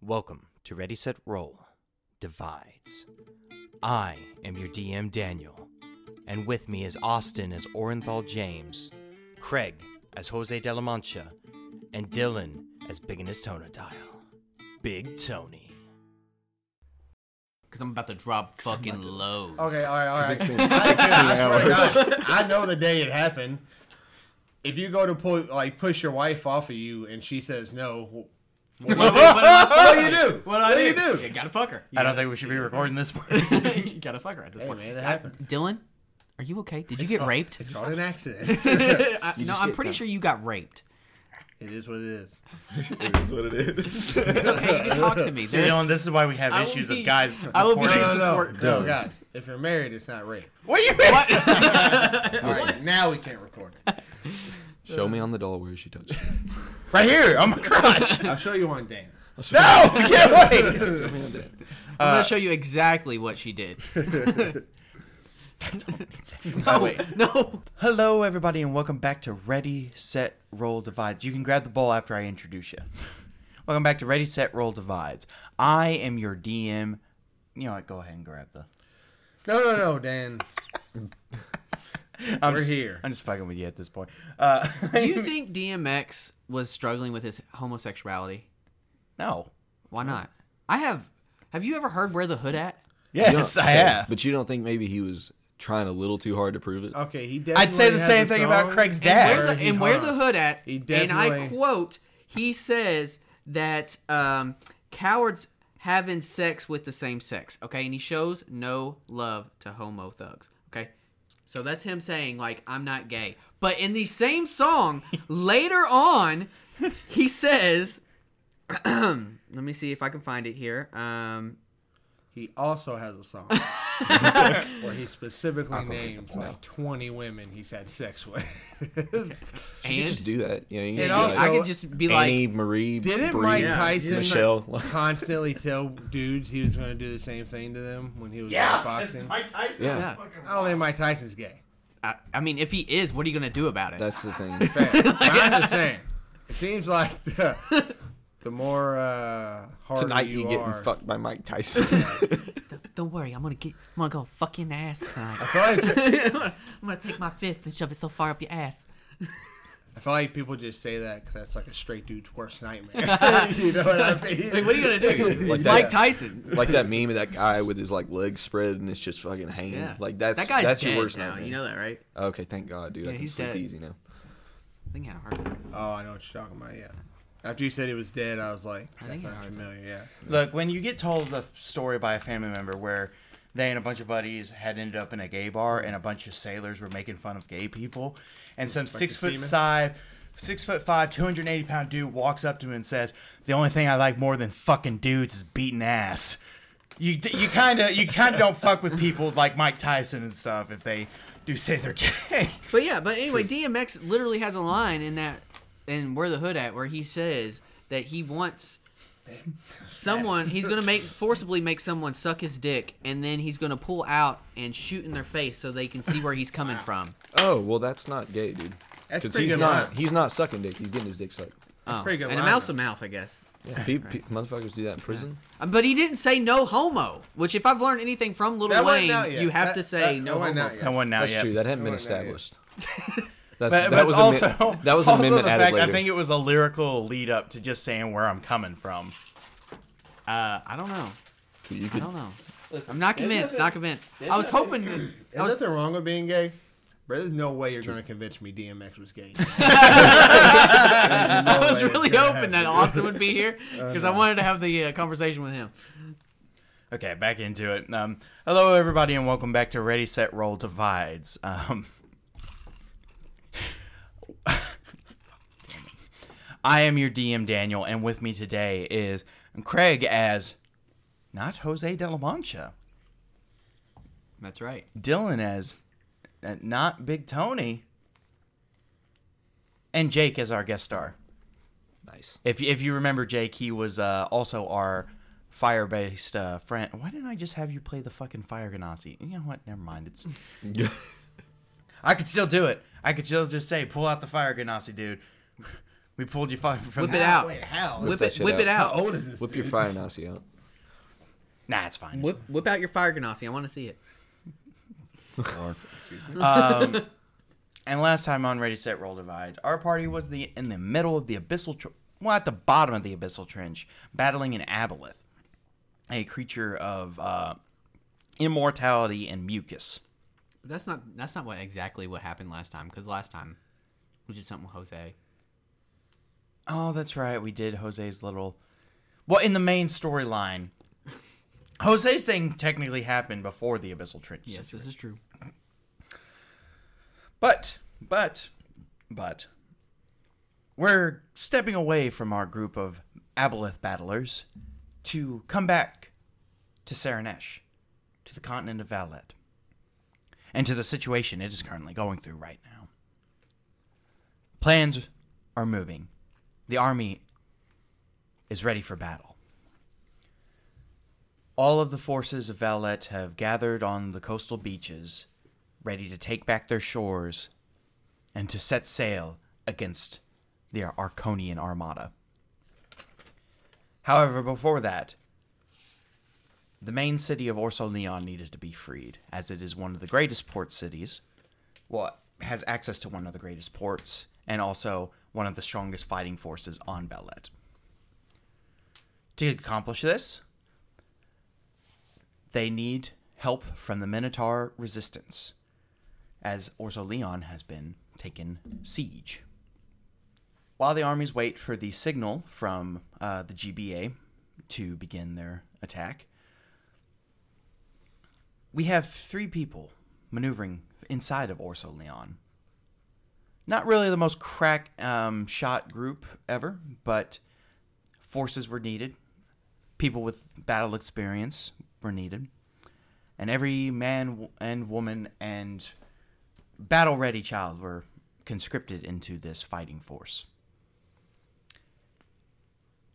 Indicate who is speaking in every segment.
Speaker 1: Welcome to Ready Set Roll Divides. I am your DM Daniel, and with me is Austin as Orenthal James, Craig as Jose de la Mancha, and Dylan as Big in his Tonadile. Big Tony.
Speaker 2: Because I'm about to drop fucking loads.
Speaker 3: Okay, all right, all right.
Speaker 4: it's been
Speaker 3: I-
Speaker 4: 16
Speaker 3: I swear to God, I know the day it happened. If you go to pull, like push your wife off of you and she says no,
Speaker 2: What, what, what, am I
Speaker 3: what do
Speaker 2: supposed
Speaker 3: you
Speaker 2: to
Speaker 3: do?
Speaker 2: What do I do?
Speaker 3: you do?
Speaker 2: You gotta fuck her.
Speaker 5: I don't think we should be recording this part.
Speaker 2: you gotta fuck her at this
Speaker 3: Hey
Speaker 2: point.
Speaker 3: man, it happened.
Speaker 2: Dylan, are you okay? Did you get raped?
Speaker 3: It's called an accident.
Speaker 2: I- no, I'm
Speaker 4: get
Speaker 2: pretty
Speaker 4: raped.
Speaker 2: sure you got raped.
Speaker 3: it is what it is.
Speaker 4: It is what it is.
Speaker 2: It's okay. You can talk to me.
Speaker 5: You
Speaker 2: There-
Speaker 5: know, and this is why we have
Speaker 2: I will
Speaker 5: issues
Speaker 2: be-
Speaker 5: of guys.
Speaker 2: I will be-
Speaker 5: recording.
Speaker 2: No, no,
Speaker 3: No,
Speaker 2: Support
Speaker 3: no,
Speaker 4: Dylan.
Speaker 3: God. If you're married, it's not rape.
Speaker 5: What do you mean?
Speaker 3: All right, now we can't record it.
Speaker 4: Show me on the doll where she touched. me.
Speaker 5: Right here on my crotch.
Speaker 3: I'll show you on Dan.
Speaker 2: Oh,
Speaker 5: no, we can't wait.
Speaker 2: I'm gonna show you exactly what she did. no, no.
Speaker 5: Hello, everybody, and welcome back to Ready, Set, Roll, Divides. You can grab the bowl after I introduce you. Welcome back to Ready, Set, Roll, Divides. I am your DM. You know what? Go ahead and grab the.
Speaker 3: No, no, no, Dan.
Speaker 5: I'm
Speaker 3: We're
Speaker 5: just-
Speaker 3: here.
Speaker 5: I'm just fucking with you at this point. Uh,
Speaker 2: Do you think DMX was struggling with his homosexuality?
Speaker 5: no.
Speaker 2: Why not? I have. Have you ever heard where the hood at?
Speaker 4: You
Speaker 5: Yes,
Speaker 4: don't-
Speaker 5: I
Speaker 4: okay,
Speaker 5: have.
Speaker 4: But you don't think maybe he was trying a little too hard to prove it?
Speaker 3: Okay, he definitely.
Speaker 5: I'd say the
Speaker 3: has
Speaker 5: same
Speaker 3: a
Speaker 5: thing
Speaker 3: song.
Speaker 5: about Craig's
Speaker 2: and
Speaker 5: dad.
Speaker 2: where the,
Speaker 3: he
Speaker 2: and where
Speaker 3: hung.
Speaker 2: the hood at
Speaker 3: He
Speaker 2: and i
Speaker 3: definitely-
Speaker 2: quote he says that um, cowards having sex with the same sex okay and he shows no love to homo thugs okay so that's him saying like i'm not gay but in the same song later on he says let me see if i can find it here um,
Speaker 3: He also has a song where he specifically names like 20 women he's had sex with.
Speaker 4: You could
Speaker 2: and
Speaker 4: just do that. You know, you could be
Speaker 3: And
Speaker 2: i
Speaker 3: also-
Speaker 4: like,
Speaker 2: could just be like
Speaker 4: Annie, Marie,
Speaker 3: Didn't
Speaker 4: Brie,
Speaker 3: Mike Tyson
Speaker 4: Michelle.
Speaker 3: constantly tell dudes he was going to do the same thing to them when he was boxing?
Speaker 5: Mike Tyson.
Speaker 4: Yeah.
Speaker 2: yeah.
Speaker 3: I don't think Mike Tyson's gay.
Speaker 2: I, I mean if he is what are you gonna do about it
Speaker 4: That's the thing.
Speaker 3: Fair. But I'm just saying. It seems like the, the more uh, hard
Speaker 4: Tonight
Speaker 3: you
Speaker 4: you getting
Speaker 3: are.
Speaker 4: fucked by Mike Tyson.
Speaker 2: Don't worry, I'm gonna get, I'm gonna go fucking ass tonight.
Speaker 3: I feel, like,
Speaker 2: I'm gonna take my fist and shove it so far up your ass.
Speaker 3: I feel like people just say that because that's like a straight dude's worst nightmare. you know what I mean?
Speaker 2: Like, what are you gonna do?
Speaker 4: Like
Speaker 2: it's
Speaker 4: that-
Speaker 2: Mike Tyson.
Speaker 4: like that meme of that guy with his like legs spread and it's just fucking hanging.
Speaker 2: Yeah,
Speaker 4: Like that's
Speaker 2: that guy's
Speaker 4: that's
Speaker 2: dead
Speaker 4: your worst
Speaker 2: now.
Speaker 4: nightmare.
Speaker 2: You know that, right?
Speaker 4: Okay, thank God, dude.
Speaker 2: Yeah,
Speaker 4: I can
Speaker 2: he's
Speaker 4: sleep
Speaker 2: dead.
Speaker 4: easy now.
Speaker 2: I think I had a heart attack.
Speaker 3: Oh, I know what you're talking about, yeah. After you said he was dead, I was like,
Speaker 2: I
Speaker 3: that
Speaker 2: think I
Speaker 3: sounds
Speaker 2: heard
Speaker 3: familiar, yeah.
Speaker 5: Look, when you get told the story by a family member where they and a bunch of buddies had ended up in a gay bar and a bunch of sailors were making fun of gay people, and some six foot
Speaker 3: semen?
Speaker 5: five, six foot five, two hundred eighty pound dude walks up to him and says, "The only thing I like more than fucking dudes is beating ass." You d- you kind of you kind of don't fuck with people like Mike Tyson and stuff if they do say they're gay.
Speaker 2: But yeah, but anyway, DMX literally has a line in that, in Where the Hood at, where he says that he wants someone, he's gonna make forcibly make someone suck his dick, and then he's gonna pull out and shoot in their face so they can see where he's coming from.
Speaker 4: Oh well, that's not gay, dude.
Speaker 3: That's
Speaker 4: Because
Speaker 3: pretty
Speaker 4: he's
Speaker 3: good
Speaker 4: not
Speaker 3: line.
Speaker 4: he's not sucking dick. He's getting his dick sucked.
Speaker 2: Oh,
Speaker 3: pretty good
Speaker 2: and a
Speaker 3: line,
Speaker 2: mouse
Speaker 3: though.
Speaker 2: to mouth, I guess.
Speaker 4: Pe- pe- motherfuckers do that in prison.
Speaker 2: Um, But he didn't say no homo, which if I've learned anything from Little
Speaker 3: That wasn't
Speaker 2: Wayne,
Speaker 3: out yet.
Speaker 2: you have
Speaker 3: That-
Speaker 2: to say
Speaker 3: that-
Speaker 2: no
Speaker 3: that wasn't
Speaker 2: homo.
Speaker 3: out yet.
Speaker 5: That one now
Speaker 4: That's
Speaker 5: yet.
Speaker 4: true. That hadn't been
Speaker 3: Well, not yet.
Speaker 4: established. That's,
Speaker 5: Oh, But,
Speaker 4: that,
Speaker 5: but
Speaker 4: was
Speaker 5: it's
Speaker 4: also,
Speaker 5: also
Speaker 4: that was an
Speaker 5: also
Speaker 4: amendment
Speaker 5: the
Speaker 4: added
Speaker 5: fact,
Speaker 4: later.
Speaker 5: I think it was a lyrical lead up to just saying where I'm coming from.
Speaker 2: Uh, I don't know.
Speaker 4: you
Speaker 2: I
Speaker 4: could,
Speaker 2: don't know. I'm not convinced. Not convinced. I was hoping. that- I
Speaker 3: There's
Speaker 2: was.
Speaker 3: nothing wrong with being gay. But there's no way you're gonna convince me DMX was gay.
Speaker 2: I was really hoping that Austin would be here because I wanted to have the uh, conversation with him.
Speaker 5: Okay, back into it. Um, hello, everybody, and welcome back to Ready, Set, Roll Divides. Um, I am your DM, Daniel, and with me today is Craig as not Jose de la Mancha,
Speaker 2: That's right.
Speaker 5: Dylan as uh, not Big Tony, and Jake as our guest star.
Speaker 4: nice.
Speaker 5: If if you remember Jake, he was uh, also our fire based uh, friend. Why didn't I just have you play the fucking fire Ganassi? You know what? Never mind. It's I could still do it. I could still just say, pull out the fire Ganassi, dude. We pulled you fucking from
Speaker 2: Whip it out.
Speaker 3: Wait, how?
Speaker 2: Whip
Speaker 4: that
Speaker 2: it.
Speaker 4: shit
Speaker 2: Whip it
Speaker 3: How
Speaker 2: out.
Speaker 3: old is this?
Speaker 4: Whip your
Speaker 3: dude?
Speaker 4: fire Nazi out.
Speaker 5: Nah, it's fine.
Speaker 2: Whip, whip out your fire ganassi. I want to see it.
Speaker 5: And last time on Ready Set Roll Divides, our party was the in the middle of the abyssal, tr- well, at the bottom of the abyssal trench, battling an aboleth, a creature of uh, immortality and mucus.
Speaker 2: That's not. That's not what exactly what happened last time. Because last time, we did something with Jose.
Speaker 5: Oh, that's right. We did Jose's little. Well, in the main storyline, Jose's thing technically happened before the abyssal trench.
Speaker 2: Yes, this is true.
Speaker 5: But, but, but, we're stepping away from our group of Aboleth battlers to come back to Saranesh, to the continent of Valet, and to the situation it is currently going through right now. Plans are moving. The army is ready for battle. All of the forces of Valet have gathered on the coastal beaches ready to take back their shores and to set sail against the Arconian armada. However, before that, the main city of Orso Neon needed to be freed, as it is one of the greatest port cities. Well, has access to one of the greatest ports, and also one of the strongest fighting forces on Bellet. To accomplish this, they need help from the Minotaur resistance, as Orso Leon has been taken siege. While the armies wait for the signal from uh, the GBA to begin their attack, we have three people maneuvering inside of Orso Leon. Not really the most crack um, shot group ever, but forces were needed people with battle experience were needed, and every man w- and woman and battle ready child were conscripted into this fighting force.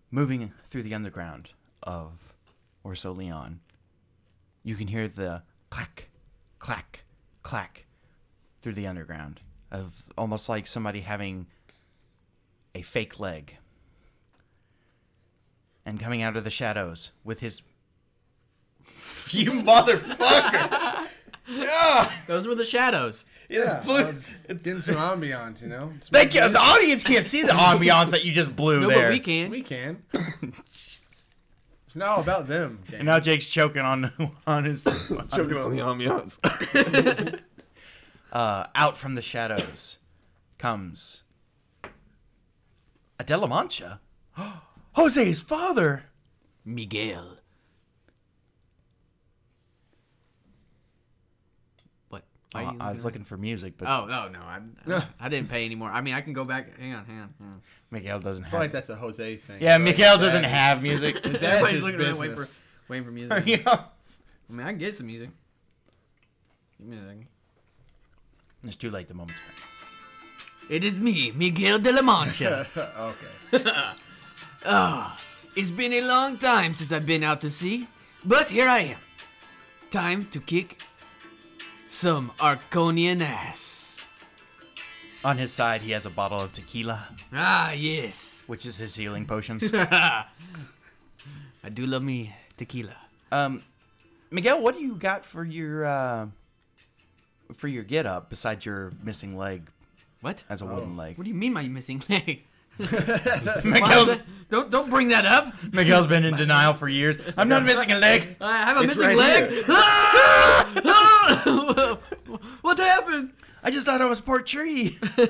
Speaker 5: Moving through the underground of Orso Leon, you can hear the clack, clack, clack through the underground of almost like somebody having a fake leg and coming out of the shadows with his. you motherfucker!
Speaker 2: Those were the shadows.
Speaker 3: Yeah.
Speaker 5: Blue-
Speaker 3: well, it's getting some ambiance, you know. It's
Speaker 5: They can, the audience can't see the ambiance that you just blew
Speaker 2: No,
Speaker 5: there.
Speaker 2: but we can.
Speaker 3: We can. It's not all about them.
Speaker 5: And now Jake's choking on on his
Speaker 4: Choking on the ambiance.
Speaker 5: uh, out from the shadows comes a De La Mancha. Jose's father.
Speaker 2: Miguel. What? Why
Speaker 5: Uh,
Speaker 2: you
Speaker 5: I was looking for music, but
Speaker 2: Oh no no I, I, I didn't pay anymore. I mean I can go back. Hang on hang on. Hang on.
Speaker 5: Miguel doesn't
Speaker 3: I feel
Speaker 5: have.
Speaker 3: like that's a Jose thing.
Speaker 5: yeah,
Speaker 3: Like,
Speaker 5: Miguel
Speaker 3: that
Speaker 5: doesn't
Speaker 3: is-
Speaker 5: have music.
Speaker 3: That's
Speaker 2: Everybody's
Speaker 3: his
Speaker 2: looking at me waiting for
Speaker 3: business.
Speaker 2: waiting for music.
Speaker 5: yeah.
Speaker 2: I mean I can get some music. Give me a second.
Speaker 5: It's too late. The moment's passed.
Speaker 2: It is me, Miguel de la Mancha.
Speaker 3: okay.
Speaker 2: It's been a long time since I've been out to sea, but here I am. Time to kick some Arconian ass.
Speaker 5: On his side, he has a bottle of tequila,
Speaker 2: Ah, yes.
Speaker 5: which is his healing potions.
Speaker 2: I do love me tequila.
Speaker 5: um, Miguel, what do you got for your uh, for your get up besides your missing leg
Speaker 2: What?
Speaker 5: as a wooden leg?
Speaker 2: What do you mean by missing leg? Why is
Speaker 5: Miguel's,
Speaker 2: that- Don't don't bring that up.
Speaker 5: Miguel's been in denial for years. I'm not missing a leg.
Speaker 2: I have a
Speaker 4: It's
Speaker 2: missing
Speaker 4: right
Speaker 2: leg. Ah! Ah! what happened?
Speaker 5: I just thought I was part tree.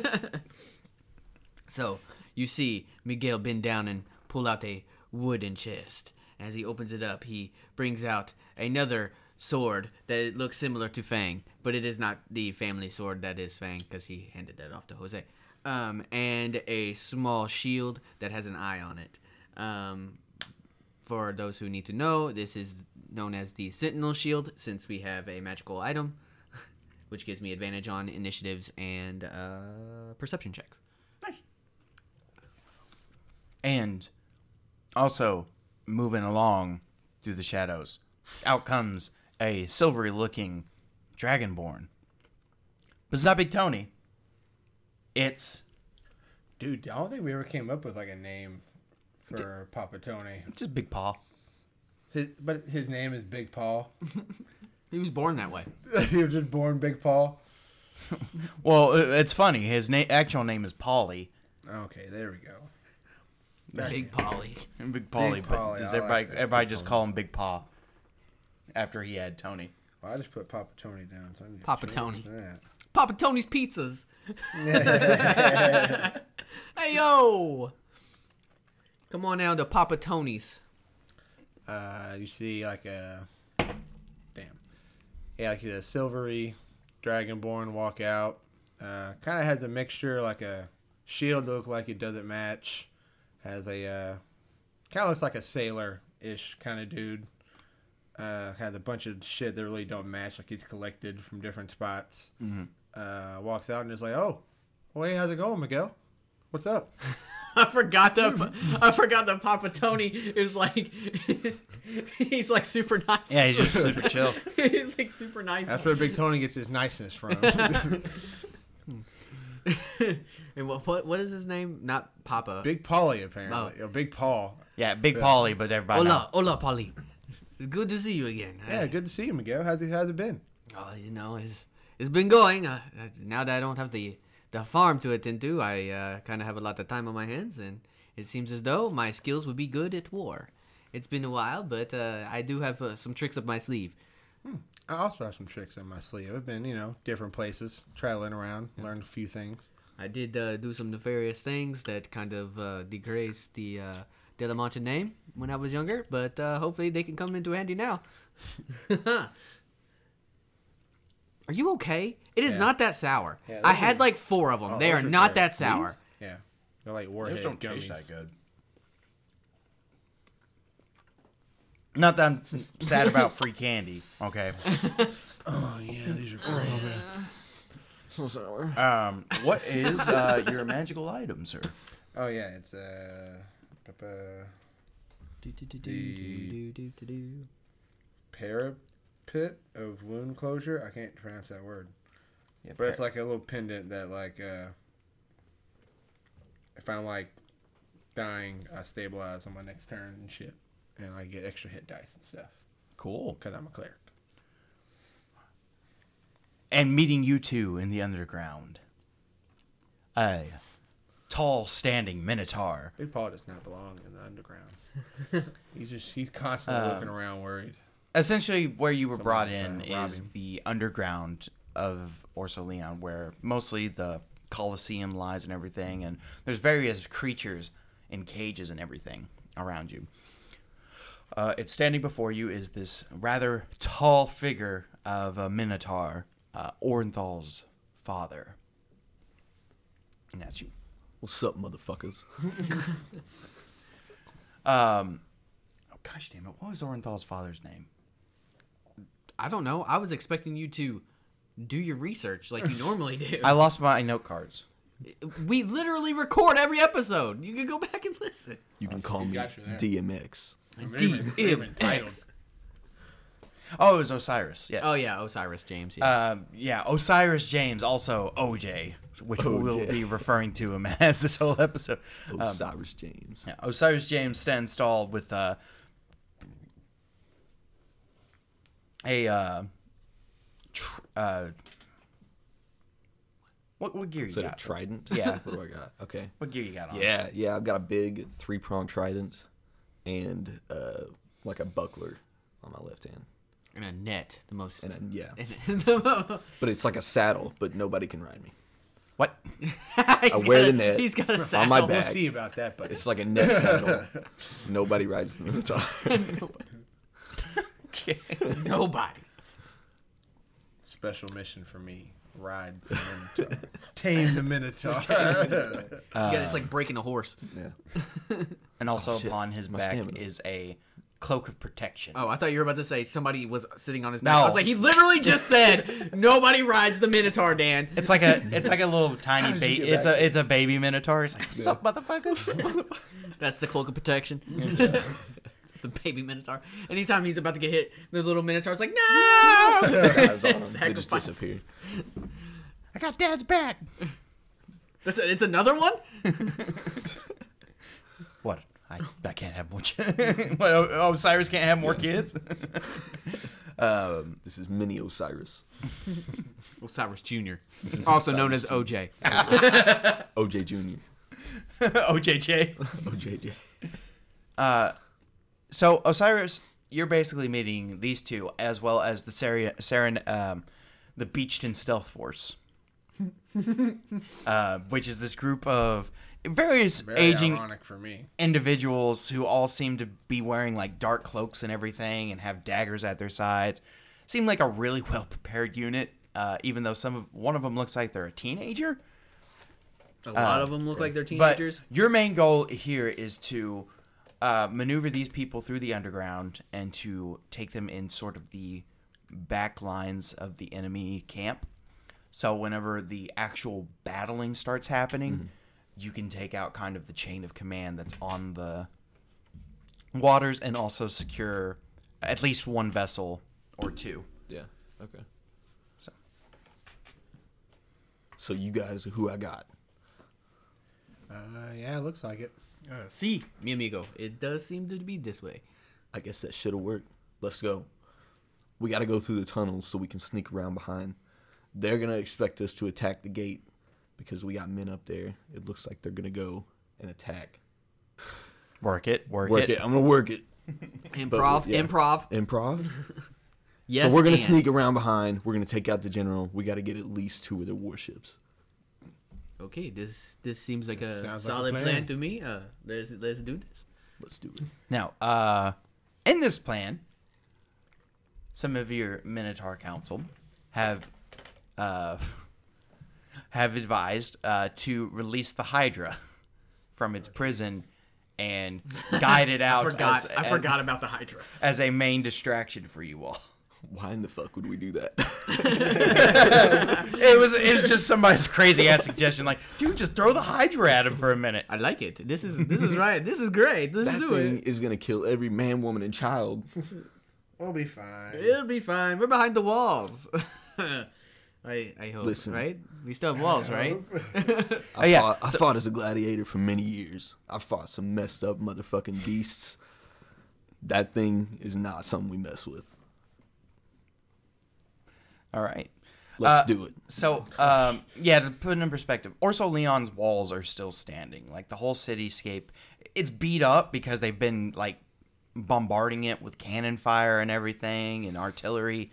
Speaker 2: So you see Miguel bend down and pull out a wooden chest. As he opens it up, he brings out another sword that looks similar to Fang, but it is not the family sword that is Fang because he handed that off to Jose. Um, and a small shield that has an eye on it. Um, for those who need to know, this is known as the Sentinel Shield since we have a magical item, which gives me advantage on initiatives and uh, perception checks.
Speaker 5: And also, moving along through the shadows, out comes a silvery looking dragonborn. But it's not Big Tony. It's
Speaker 3: Dude, I don't think we ever came up with like a name for Papa Tony.
Speaker 5: Just Big Paw.
Speaker 3: His, but his name is Big Paul.
Speaker 2: He was born that way.
Speaker 3: he was just born Big Paul.
Speaker 5: Well, i- it's funny. His na- actual name is Polly.
Speaker 3: Okay, there we go.
Speaker 2: Big Polly.
Speaker 5: Big Polly,
Speaker 3: Polly,
Speaker 5: but does
Speaker 3: I like
Speaker 5: everybody
Speaker 3: that.
Speaker 5: everybody just call him Big Paw after he had Tony?
Speaker 3: Well, I just put Papa Tony down. So I need to
Speaker 2: Papa
Speaker 3: change
Speaker 2: Tony.
Speaker 3: that.
Speaker 2: Papa Tony's Pizzas. hey yo! Come on down to Papa Tony's.
Speaker 3: Uh, you see like a damn, yeah, like a silvery dragonborn walk out. Uh, kind of has a mixture like a shield look like it doesn't match. Has a uh, kind of looks like a sailor ish kind of dude. Uh, has a bunch of shit that really don't match. Like he's collected from different spots. Uh, walks out and is like, "Oh, well, hey, how's it going, Miguel? What's up?"
Speaker 2: I forgot that. I forgot that Papa Tony is like. he's like super nice.
Speaker 5: Yeah, he's just super chill.
Speaker 2: he's like super nice.
Speaker 3: That's where Big Tony gets his niceness from.
Speaker 2: and what, what what is his name? Not Papa.
Speaker 3: Big Polly apparently. Or Big Paul.
Speaker 5: Yeah, Big Polly, but everybody.
Speaker 2: Hola, hola, Polly. Good to see you again.
Speaker 3: Yeah, good to see you, Miguel. How's it, how's it been?
Speaker 2: Oh, you know, it's it's been going. Uh, uh, now that I don't have the the farm to attend to, I uh, kind of have a lot of time on my hands, and it seems as though my skills would be good at war. It's been a while, but uh, I do have uh, some tricks up my sleeve.
Speaker 3: I also have some tricks in my sleeve. I've been, you know, different places, traveling around, learned a few things.
Speaker 2: I did uh, do some nefarious things that kind of uh, degrades the uh, Delamonte name when I was younger, but uh, hopefully they can come into handy now. Are you okay? It is
Speaker 3: Yeah.
Speaker 2: not that sour.
Speaker 3: Yeah,
Speaker 2: I
Speaker 3: those
Speaker 2: had
Speaker 3: are-
Speaker 2: like four of them.
Speaker 3: Oh,
Speaker 2: they
Speaker 3: those
Speaker 2: are
Speaker 3: are
Speaker 2: not
Speaker 3: great.
Speaker 2: that sour.
Speaker 3: Yeah. They're like warhead gummies.
Speaker 5: good. Not that I'm sad about free candy. Okay.
Speaker 3: Oh, yeah, these are great.
Speaker 4: So sour.
Speaker 5: Um, what is uh, your magical item, sir?
Speaker 3: oh, yeah, it's, uh, pa-pa- parapet of wound closure. I can't pronounce that word.
Speaker 5: Yeah,
Speaker 3: But it's like a little pendant that, like, uh, if I'm, like, dying, I stabilize on my next turn and shit. And I get extra hit dice and stuff.
Speaker 5: cool.
Speaker 3: Because I'm a cleric.
Speaker 5: And meeting you two in the underground. A tall standing minotaur.
Speaker 3: Big Paul does not belong in the underground. he's just he's constantly looking around worried.
Speaker 5: Essentially, where you were brought in
Speaker 3: trying to rob
Speaker 5: is
Speaker 3: him.
Speaker 5: the underground of Orso Leon, where mostly the Colosseum lies and everything, and there's various creatures in cages and everything around you. Uh, it's standing before you is this rather tall figure of a Minotaur, uh, Ornthal's father. And that's you.
Speaker 4: What's up, motherfuckers?
Speaker 5: Oh, gosh damn it. What was Ornthal's father's name?
Speaker 2: I don't know. I was expecting you to do your research like you normally do.
Speaker 5: I lost my note cards.
Speaker 2: we literally record every episode. You can go back and listen.
Speaker 4: You can call me
Speaker 3: got you there.
Speaker 4: DMX.
Speaker 2: DMX.
Speaker 5: Oh, it was Osiris. Yes.
Speaker 2: Oh yeah, Osiris James. Yeah.
Speaker 4: Uh,
Speaker 5: Um, yeah, Osiris James, also OJ, which we'll
Speaker 4: OJ.
Speaker 5: be referring to him as this whole episode. Um,
Speaker 4: Osiris James.
Speaker 5: yeah, Osiris James stands tall with uh, a uh, tr- uh, what what gear you
Speaker 4: Is that a
Speaker 5: got?
Speaker 4: trident?
Speaker 5: Yeah.
Speaker 4: what do I got? Okay.
Speaker 5: what gear you got on?
Speaker 4: Yeah, yeah. I've got a big three prong trident and uh, like a buckler on my left hand.
Speaker 2: and a net, the most.
Speaker 4: And a, yeah.
Speaker 2: I
Speaker 4: But it's like a saddle, but nobody can ride me.
Speaker 5: What?
Speaker 4: I wear the net
Speaker 2: He's got a saddle.
Speaker 4: on my
Speaker 3: We'll
Speaker 4: back.
Speaker 3: see about that, but
Speaker 4: It's like a net saddle. nobody rides the Minotaur.
Speaker 2: Nobody.
Speaker 3: special mission for me. Ride the Minotaur. Tame the Minotaur.
Speaker 2: yeah, it's like breaking a horse.
Speaker 4: yeah.
Speaker 5: And also
Speaker 4: Oh, shit.
Speaker 5: upon his
Speaker 4: My
Speaker 5: back
Speaker 4: stamina.
Speaker 5: is a cloak of protection.
Speaker 2: Oh, I thought you were about to say somebody was sitting on his back. I was
Speaker 5: No.
Speaker 2: like, he literally just said nobody rides the Minotaur, Dan.
Speaker 5: It's like a it's like a little
Speaker 4: How
Speaker 5: tiny
Speaker 4: did you
Speaker 5: baby.
Speaker 4: get
Speaker 5: It's
Speaker 4: back?
Speaker 5: a it's a baby minotaur. It's like sup motherfuckers.
Speaker 2: That's the cloak of protection. It's the baby Minotaur. Anytime he's about to get hit, the little Minotaur's like, no!
Speaker 4: Eyes on 'em, They just
Speaker 2: Sacrifices.
Speaker 4: disappear.
Speaker 5: I got dad's back.
Speaker 2: That's it's another one.
Speaker 5: What? I, I can't have more. Ch- what, O- Osiris can't have more kids.
Speaker 4: Um, this is Mini Osiris.
Speaker 2: Osiris Jr., also known as OJ.
Speaker 4: OJ Jr.
Speaker 5: OJJ.
Speaker 4: OJJ.
Speaker 5: So Osiris, you're basically meeting these two as well as the Saren, Saren um, the Beached in Stealth Force, uh, which is this group of various
Speaker 3: Very
Speaker 5: aging
Speaker 3: ironic for me.
Speaker 5: individuals who all seem to be wearing like dark cloaks and everything and have daggers at their sides. Seem like a really well prepared unit, uh, even though some of one of them looks like they're a teenager.
Speaker 2: A lot of them look like they're
Speaker 5: But
Speaker 2: teenagers.
Speaker 5: your main goal here is to uh, maneuver these people through the underground and to take them in sort of the back lines of the enemy camp. So whenever the actual battling starts happening, you can take out kind of the chain of command that's on the waters and also secure at least one vessel or two.
Speaker 4: Yeah. Okay. So. So you guys are who I got.
Speaker 3: Uh, yeah, it looks like it.
Speaker 2: See, mi amigo, it does seem to be this way.
Speaker 4: I guess that should have worked. Let's go. We got to go through the tunnels so we can sneak around behind. They're going to expect us to attack the gate because we got men up there. It looks like they're going to go and attack.
Speaker 5: Work it, work,
Speaker 4: Work it. I'm going to work it.
Speaker 2: Improv,
Speaker 4: yeah.
Speaker 2: improv.
Speaker 4: Improv.
Speaker 2: Yes,
Speaker 4: so we're going
Speaker 2: and.
Speaker 4: to sneak around behind. We're going to take out the general. We got to get at least two of their warships.
Speaker 2: Okay, this this seems like a
Speaker 3: Sounds like a
Speaker 2: solid
Speaker 3: plan.
Speaker 2: plan to me. Uh, let's let's do this.
Speaker 4: Let's do it.
Speaker 5: Now, uh, in this plan, some of your Minotaur Council have uh, have advised uh, to release the Hydra from its prison and guide it out
Speaker 2: Forgot,
Speaker 5: as,
Speaker 2: I forgot about the Hydra.
Speaker 5: as a main distraction for you all.
Speaker 4: Why in the fuck would we do that?
Speaker 5: It was it was just somebody's crazy ass suggestion, like, dude, just throw the Hydra at him for a minute.
Speaker 2: I like it. This is this is right. This is great. Let's
Speaker 4: that
Speaker 2: do
Speaker 4: thing
Speaker 2: it.
Speaker 4: is going to kill every man, woman, and child.
Speaker 3: We'll be fine.
Speaker 2: It'll be fine. We're behind the walls. I I hope.
Speaker 4: Listen.
Speaker 2: Right? We still have walls, right?
Speaker 4: I,
Speaker 5: Oh,
Speaker 2: Oh,
Speaker 5: yeah,
Speaker 4: fought, I fought as a gladiator for many years. I fought some messed up motherfucking beasts. That thing is not something we mess with.
Speaker 5: All right.
Speaker 4: Let's
Speaker 5: Uh,
Speaker 4: do it.
Speaker 5: So, um, yeah, to put it in perspective, Orso Leon's walls are still standing. Like the whole cityscape, it's beat up because they've been like bombarding it with cannon fire and everything and artillery.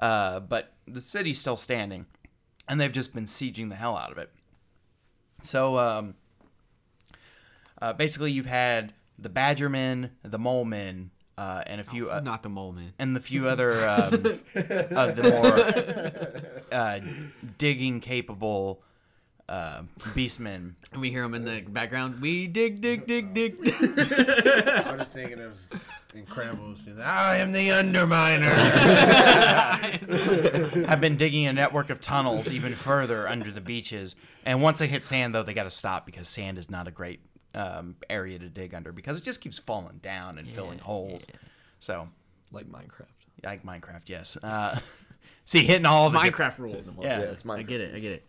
Speaker 5: Uh, but the city's still standing, and they've just been sieging the hell out of it. So, um, uh, basically, you've had the Badgermen, the Molemen, uh, and a few uh,
Speaker 2: Not the mole man.
Speaker 5: and the few other um, of the more uh, digging capable uh, beastmen.
Speaker 2: And we hear him in the background. We dig, dig, dig, dig.
Speaker 3: I was just thinking of Incredibles. She's like, I am the Underminer.
Speaker 5: have been digging a network of tunnels even further under the beaches. And once they hit sand, though, they got to stop because sand is not a great um, area to dig under because it just keeps falling down and filling holes. So,
Speaker 4: Like Minecraft.
Speaker 5: like Minecraft, yes. Uh, see, hitting all the different-
Speaker 2: Minecraft rules.
Speaker 5: Yeah.
Speaker 4: it's Minecraft.
Speaker 2: I get it. I get it.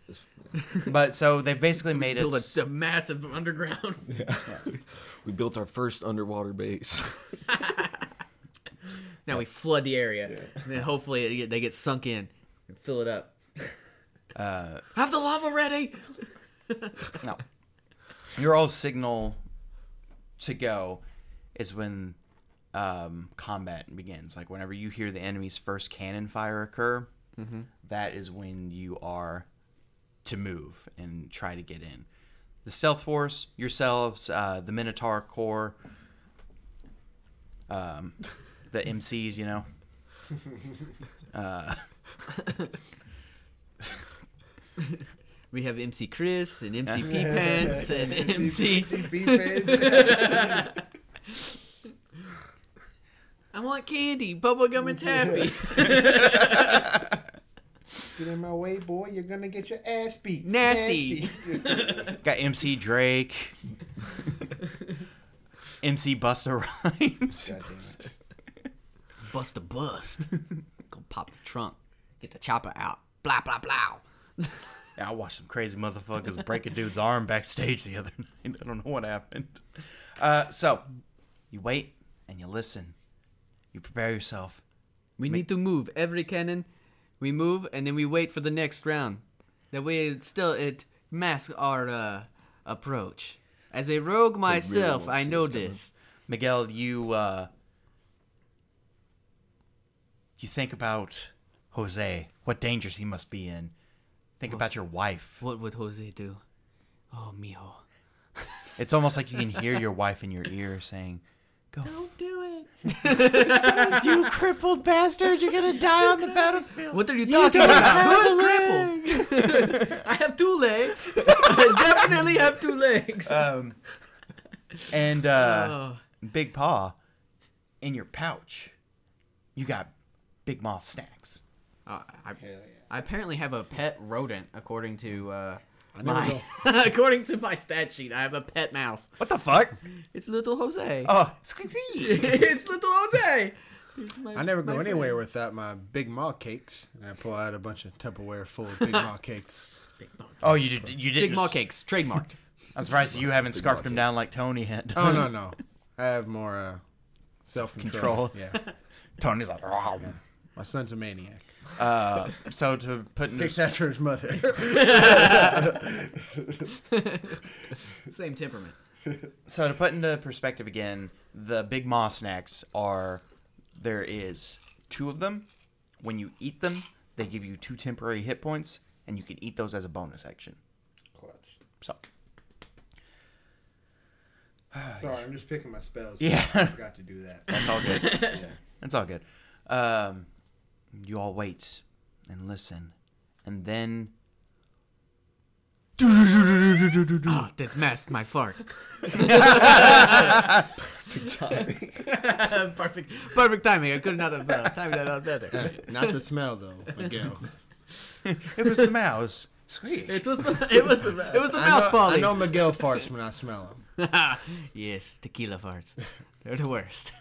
Speaker 5: But so they've basically made it.
Speaker 2: Build
Speaker 5: s-
Speaker 2: a, a massive underground.
Speaker 4: We built our first underwater base.
Speaker 2: now we flood the area, and then hopefully it get- they get sunk in and fill it up. have the lava ready.
Speaker 5: No. Your all signal to go is when um, combat begins. Like whenever you hear the enemy's first cannon fire occur, that is when you are to move and try to get in. The stealth force, yourselves, uh, the Minotaur Corps, um, the MCs, you know.
Speaker 2: We have MC Chris and MC P Pants and MC. I want candy, bubblegum, and taffy.
Speaker 3: Get in my way, boy. You're gonna get your ass beat.
Speaker 2: Nasty.
Speaker 5: Got MC Drake, MC Busta Rhymes.
Speaker 3: God damn it.
Speaker 2: bust a bust. Go pop the trunk. Get the chopper out. Blah blah blah.
Speaker 5: Yeah, I watched some crazy motherfuckers break a dude's arm backstage the other night. I don't know what happened. Uh, so, you wait and you listen. You prepare yourself.
Speaker 2: We need to move every cannon. We move and then we wait for the next round. That way, it still it masks our uh, approach. As a rogue myself,
Speaker 4: won't
Speaker 2: I
Speaker 4: see
Speaker 2: know
Speaker 4: us coming.
Speaker 2: this.
Speaker 5: Miguel, you uh, you think about Jose, what dangers he must be in. Think about your wife.
Speaker 2: What would Jose do? Oh, mijo.
Speaker 5: It's almost like you can hear your wife in your ear saying, "Go, don't do it, you crippled bastard! You're gonna die on the battlefield."
Speaker 2: What are you talking about? Who is crippled? I have two legs. I definitely have two legs.
Speaker 3: Uh,
Speaker 5: Um, and uh,
Speaker 2: Oh.
Speaker 5: Big Paw, in your pouch, you got Big Mom snacks.
Speaker 2: Uh, I, I apparently have a pet rodent, according to uh,
Speaker 3: never
Speaker 2: my according to my stat sheet. I have a pet mouse.
Speaker 5: What the fuck?
Speaker 2: It's little Jose.
Speaker 5: Oh, squeezy!
Speaker 2: it's little Jose. He's my-
Speaker 3: I never
Speaker 2: my
Speaker 3: go
Speaker 2: friend.
Speaker 3: anywhere without my Big Maw cakes, and I pull out a bunch of Tupperware full of Big Maw cakes.
Speaker 5: Oh, you did. You didn't.
Speaker 2: Big Maw cakes, trademarked.
Speaker 5: I'm surprised that you haven't scarfed them down like Tony had.
Speaker 3: Oh no no, I have more uh, self control.
Speaker 5: Control.
Speaker 3: Yeah,
Speaker 5: Tony's like, "Rawr."
Speaker 3: my son's a maniac.
Speaker 5: uh, so to put in
Speaker 3: Takes after his mother.
Speaker 2: Same temperament.
Speaker 5: so to put into perspective again, the Big Maw snacks are there is two of them. When you eat them, they give you two temporary hit points, and you can eat those as a bonus action.
Speaker 3: Clutch.
Speaker 5: So
Speaker 3: Sorry, I'm just picking my spells.
Speaker 5: Yeah.
Speaker 3: I forgot to do that.
Speaker 5: that's all good.
Speaker 3: Yeah.
Speaker 5: That's all good. Um, you all wait and listen, and then
Speaker 2: Ah, that masked my fart. perfect timing. perfect, perfect timing. I could not have uh, timed that out better.
Speaker 3: Not the smell though, Miguel.
Speaker 5: it was the mouse. Squeak.
Speaker 2: It was the, it was the, it was the
Speaker 3: I
Speaker 2: mouse
Speaker 3: know,
Speaker 2: Polly.
Speaker 3: I know Miguel farts when I smell him.
Speaker 2: yes, tequila farts. They're the worst.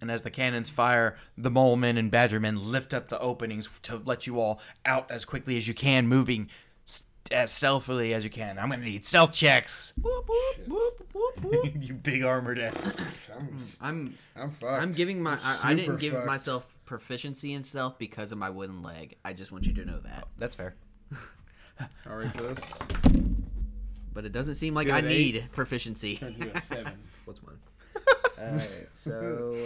Speaker 5: And as the cannons fire, the mole men and badger men lift up the openings to let you all out as quickly as you can, moving s- as stealthily as you can. I'm gonna need stealth checks.
Speaker 2: Whoop, whoop, whoop, whoop, whoop.
Speaker 5: you big armored ass.
Speaker 3: I'm,
Speaker 2: I'm
Speaker 3: I'm fucked.
Speaker 2: I'm giving my I, I
Speaker 3: super
Speaker 2: didn't give
Speaker 3: fucked.
Speaker 2: myself proficiency in stealth because of my wooden leg. I just want you to know that.
Speaker 5: That's fair.
Speaker 3: All right, close.
Speaker 2: But it doesn't seem like
Speaker 3: Good eh?
Speaker 2: I
Speaker 3: at
Speaker 2: need proficiency.
Speaker 3: Turns you a seven.
Speaker 4: What's mine?
Speaker 2: Alright, so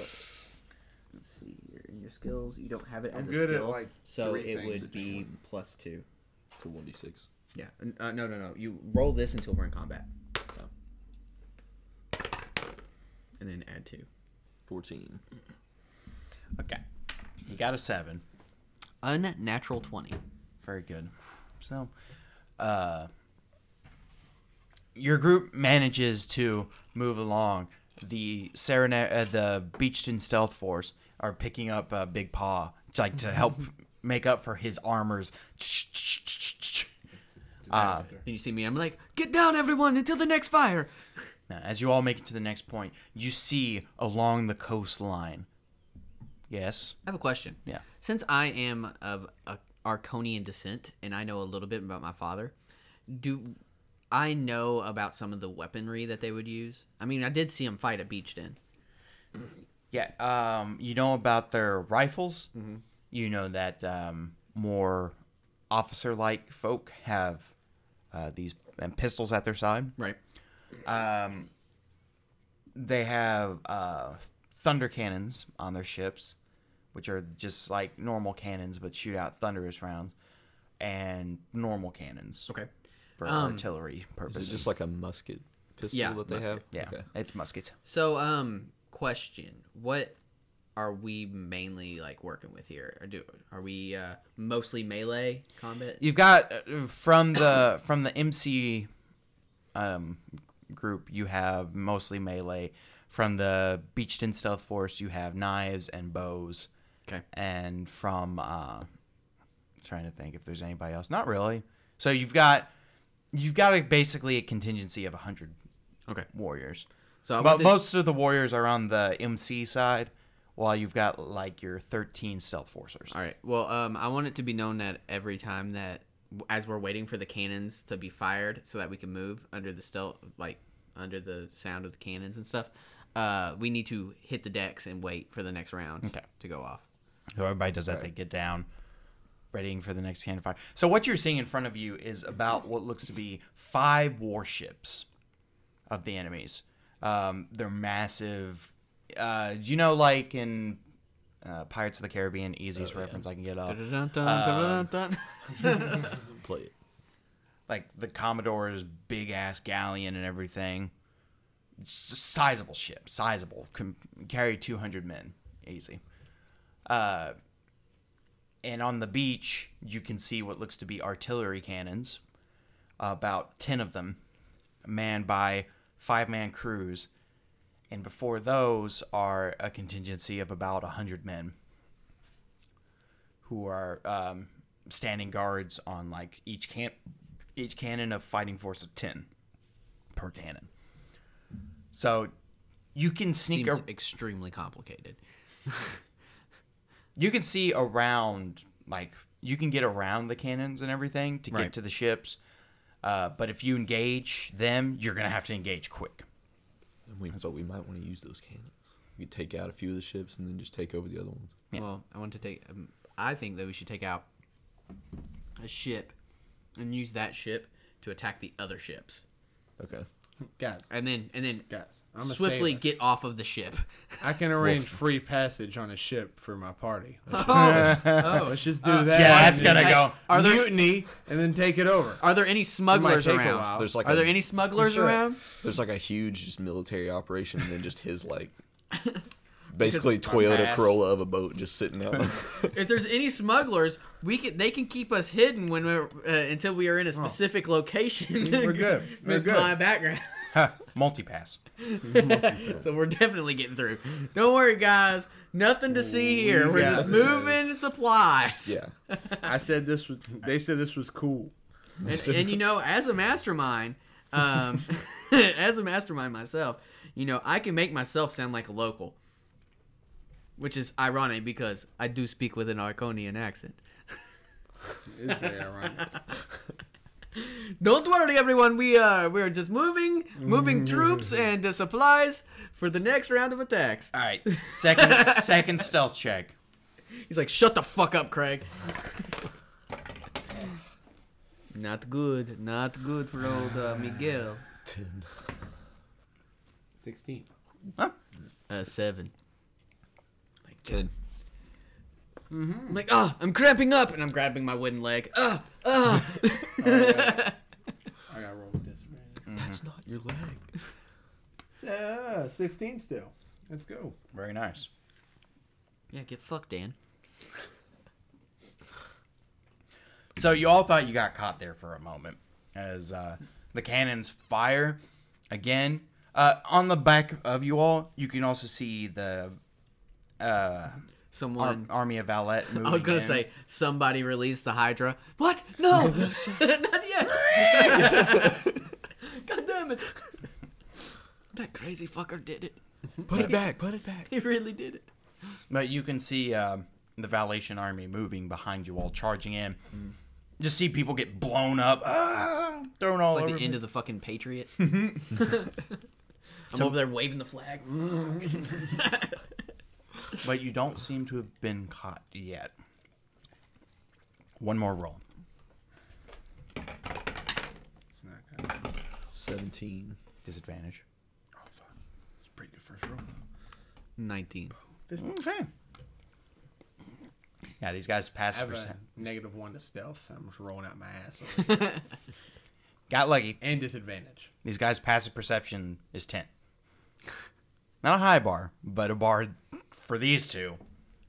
Speaker 2: let's see here. In your skills, you don't have it as
Speaker 3: I'm good at, like,
Speaker 2: so
Speaker 3: three
Speaker 2: it
Speaker 3: things
Speaker 2: would
Speaker 3: at this
Speaker 2: be plus two.
Speaker 4: For 1d6.
Speaker 2: Yeah. N- Uh, no, no, no. You roll this until we're in combat. And then add two.
Speaker 4: 14.
Speaker 5: Okay. You got a seven.
Speaker 2: Unnatural twenty.
Speaker 5: Very good. So, uh, your group manages to move along. The Serena, uh, the Beachton Stealth Force are picking up uh, Big Paw to, like to help make up for his armor's. Uh,
Speaker 2: Then you see me. I'm like, get down, everyone, until the next fire.
Speaker 5: now, as you all make it to the next point, you see along the coastline. Yes.
Speaker 2: I have a question.
Speaker 5: Yeah.
Speaker 2: Since I am of a Arconian descent and I know a little bit about my father, do I know about some of the weaponry that they would use? I mean, I did see him fight at Beachden.
Speaker 5: Yeah, um, you know about their rifles. You know that um, more officer-like folk have uh, these and pistols at their side.
Speaker 2: Right.
Speaker 5: They have uh, thunder cannons on their ships, which are just like normal cannons but shoot out thunderous rounds, and normal cannons.
Speaker 2: Okay.
Speaker 5: For artillery
Speaker 4: Is
Speaker 5: purposes.
Speaker 4: it just like a musket pistol
Speaker 2: Yeah,
Speaker 4: that they
Speaker 2: musket.
Speaker 4: have?
Speaker 5: yeah,
Speaker 4: Okay.
Speaker 5: it's muskets.
Speaker 2: So, um, question: What are we mainly like working with here? Or do are we uh, mostly melee combat?
Speaker 5: You've got uh, from the from the MC um, group. You have mostly melee. From the Beachton Stealth Force, you have knives and bows.
Speaker 2: Okay.
Speaker 5: And from uh, trying to think if there's anybody else. Not really. So you've got you've got a, basically a contingency of hundred
Speaker 2: Okay.
Speaker 5: warriors.
Speaker 2: So I
Speaker 5: But
Speaker 2: want to-
Speaker 5: most of the warriors are on the MC side, while you've got like your thirteen stealth forcers.
Speaker 2: All right. Well, um, I want it to be known that every time that as we're waiting for the cannons to be fired so that we can move under the stealth like under the sound of the cannons and stuff uh we need to hit the decks and wait for the next round to go off
Speaker 5: So everybody does that. They get down, readying for the next cannon fire. So what you're seeing in front of you is about what looks to be five warships of the enemies. Um, they're massive. Uh, you know, like in uh, Pirates of the Caribbean, easiest reference I can get
Speaker 3: Uh,
Speaker 5: off.
Speaker 2: Dun, dun,
Speaker 3: um,
Speaker 2: dun, dun, dun.
Speaker 4: Play it.
Speaker 5: Like the Commodore's big ass galleon and everything. S- Sizable ship, sizable. Can carry 200 men, easy. Uh, and on the beach, you can see what looks to be artillery cannons, about 10 of them, manned by five man crews. And before those are a contingency of about 100 men who are um, standing guards on like each camp, each cannon of fighting force of 10 per cannon. So you can sneak
Speaker 2: seems
Speaker 5: a-
Speaker 2: extremely complicated
Speaker 5: you can see around like you can get around the cannons and everything to
Speaker 2: Right.
Speaker 5: get to the ships uh, but if you engage them you're gonna have to engage quick
Speaker 4: And we, so we might want to use those cannons. We could take out a few of the ships and then just take over the other ones.
Speaker 2: well i want to take um, i think that we should take out a ship and use that ship to attack the other ships
Speaker 4: Okay.
Speaker 3: Guys,
Speaker 2: and then and then
Speaker 3: guys, I'm a
Speaker 2: swiftly
Speaker 3: sailor.
Speaker 2: get off of the ship
Speaker 3: I can arrange free passage on a ship for my party. Let's,
Speaker 2: oh, oh
Speaker 3: let's just do that.
Speaker 5: yeah that's
Speaker 3: and
Speaker 5: gonna
Speaker 2: Hey,
Speaker 5: go
Speaker 2: are there
Speaker 3: mutiny and then take it over.
Speaker 2: Are there any smugglers
Speaker 3: take a
Speaker 2: around?
Speaker 3: while.
Speaker 4: There's like
Speaker 2: Are
Speaker 4: a,
Speaker 2: there any smugglers
Speaker 3: Sure.
Speaker 2: around?
Speaker 4: There's like a huge just military operation, and then just his like basically Toyota
Speaker 5: mass-
Speaker 4: Corolla of a boat just sitting out.
Speaker 2: If there's any smugglers, we can they can keep us hidden when we're uh, until we are in a specific location.
Speaker 3: Oh. We're good. We're
Speaker 2: with
Speaker 3: good.
Speaker 2: my background,
Speaker 5: multi-pass
Speaker 2: so we're definitely getting through. Don't worry, guys. Nothing to see here. We're
Speaker 3: got
Speaker 2: just
Speaker 3: this.
Speaker 2: moving supplies.
Speaker 4: yeah.
Speaker 3: I said this was. They said this was cool.
Speaker 2: And, and you know, as a mastermind, um, as a mastermind myself, you know, I can make myself sound like a local, which is ironic because I do speak with an Arconian accent.
Speaker 3: It's very ironic.
Speaker 2: Don't worry, everyone. We are we are just moving, moving troops and the supplies for the next round of attacks.
Speaker 5: all right second second stealth check
Speaker 2: He's like, "Shut the fuck up, Craig." not good. Not good for old uh, Miguel.
Speaker 4: Ten.
Speaker 3: Sixteen.
Speaker 2: Uh, seven.
Speaker 4: Ten.
Speaker 2: I'm like, ah, I'm cramping up, and I'm grabbing my wooden leg. Ah, ah.
Speaker 3: I gotta roll with this. Man.
Speaker 4: That's not your leg.
Speaker 3: Yeah, Uh, sixteen still. Let's go.
Speaker 5: very nice
Speaker 2: yeah, get fucked, Dan.
Speaker 5: so you all thought you got caught there for a moment as uh, the cannons fire again uh, on the back of you all you can also see the uh, ar-
Speaker 2: Someone.
Speaker 5: army of valet moving
Speaker 2: I was gonna
Speaker 5: in.
Speaker 2: say somebody released the Hydra. What? No, not yet. God damn it! That crazy fucker did it.
Speaker 4: Put it back. Put it back.
Speaker 2: He really did it.
Speaker 5: But you can see um, the Valation army moving behind you all, charging in. Just see people get blown up, ah, thrown all
Speaker 2: It's like
Speaker 5: over.
Speaker 2: the end of the fucking Patriot. Mm-hmm. I'm over there waving the flag.
Speaker 5: but you don't seem to have been caught yet. One more roll.
Speaker 3: It's not good.
Speaker 4: Seventeen.
Speaker 5: Disadvantage.
Speaker 3: Oh fuck. It's a pretty good first roll.
Speaker 2: 19.
Speaker 5: Okay. Yeah, these guys
Speaker 3: I
Speaker 5: pass
Speaker 3: have
Speaker 5: percent.
Speaker 3: a negative one to stealth. I'm just rolling out my ass.
Speaker 5: Got lucky.
Speaker 3: and disadvantage.
Speaker 5: These guys' passive perception is 10. Not a high bar, but a bar for these two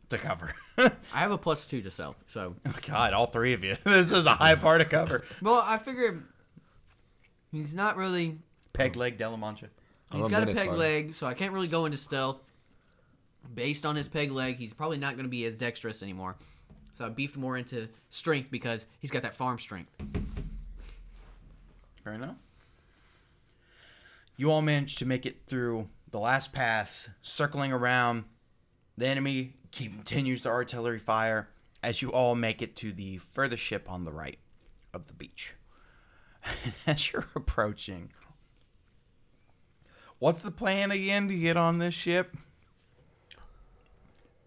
Speaker 5: to cover.
Speaker 2: I have a plus two to south, so.
Speaker 5: God, all three of you. This is a high bar to cover.
Speaker 2: Well, I figure he's not really.
Speaker 5: Peg leg Delamancha.
Speaker 2: He's
Speaker 4: a
Speaker 2: got a
Speaker 4: Minotaur.
Speaker 2: peg leg, so I can't really go into stealth. Based on his peg leg, he's probably not going to be as dexterous anymore. So I beefed more into strength because he's got that farm strength.
Speaker 5: Fair enough. You all managed to make it through the last pass, circling around. The enemy continues the artillery fire as you all make it to the furthest ship on the right, of the beach. And as you're approaching, what's the plan again to get on this ship?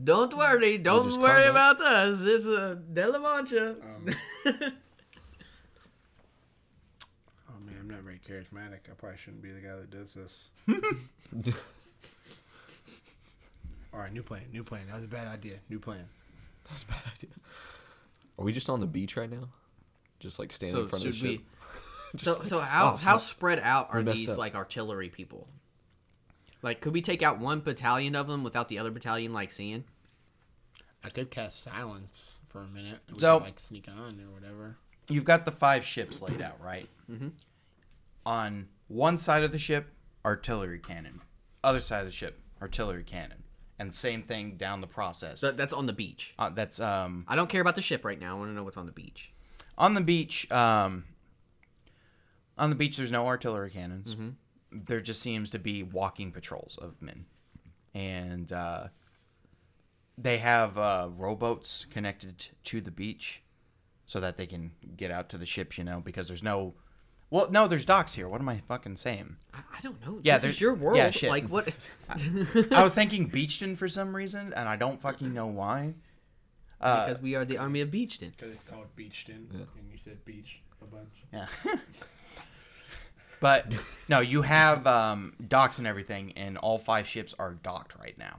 Speaker 2: Don't worry, don't
Speaker 4: just
Speaker 2: worry
Speaker 4: come
Speaker 2: about us. It's uh, De La Mancha.
Speaker 3: Oh man, I'm not very charismatic. I probably shouldn't be the guy that does this. All right, new plan, new plan. That was a bad idea. New plan.
Speaker 4: That's a bad idea. Are we just on the beach right now? Just like standing
Speaker 2: so
Speaker 4: in front of
Speaker 2: should
Speaker 4: the ship.
Speaker 2: we? So, so how
Speaker 4: oh,
Speaker 2: how
Speaker 4: fuck.
Speaker 2: spread out are
Speaker 4: We messed
Speaker 2: these
Speaker 4: up.
Speaker 2: like artillery people? Like, could we take out one battalion of them without the other battalion like seeing?
Speaker 3: I could cast silence for a minute. We
Speaker 5: So-
Speaker 3: could, like sneak on or whatever.
Speaker 5: you've got the five ships laid out, right? Mm-hmm. On one side of the ship, artillery cannon. Other side of the ship, artillery cannon. And same thing down the process.
Speaker 2: So that's on the beach.
Speaker 5: Uh, that's um,
Speaker 2: I don't care about the ship right now. I want to know what's on the beach.
Speaker 5: on the beach. Um, on the beach, there's no artillery cannons. There just seems to be walking patrols of men, and uh, they have uh, rowboats connected to the beach so that they can get out to the ships. You know, because there's no. Well, no, there's docks here. What am I fucking saying?
Speaker 2: I, I don't know.
Speaker 5: Yeah,
Speaker 2: Yeah, this
Speaker 5: there's-
Speaker 2: is your world.
Speaker 5: yeah, shit.
Speaker 2: Like what?
Speaker 5: I was thinking Beachton for some reason, and I don't fucking know why.
Speaker 4: Uh,
Speaker 2: because we are the army of Beachton.
Speaker 3: Because it's called beached in, and you said beach a bunch.
Speaker 5: Yeah. but no, you have um, docks and everything, and all five ships are docked right now.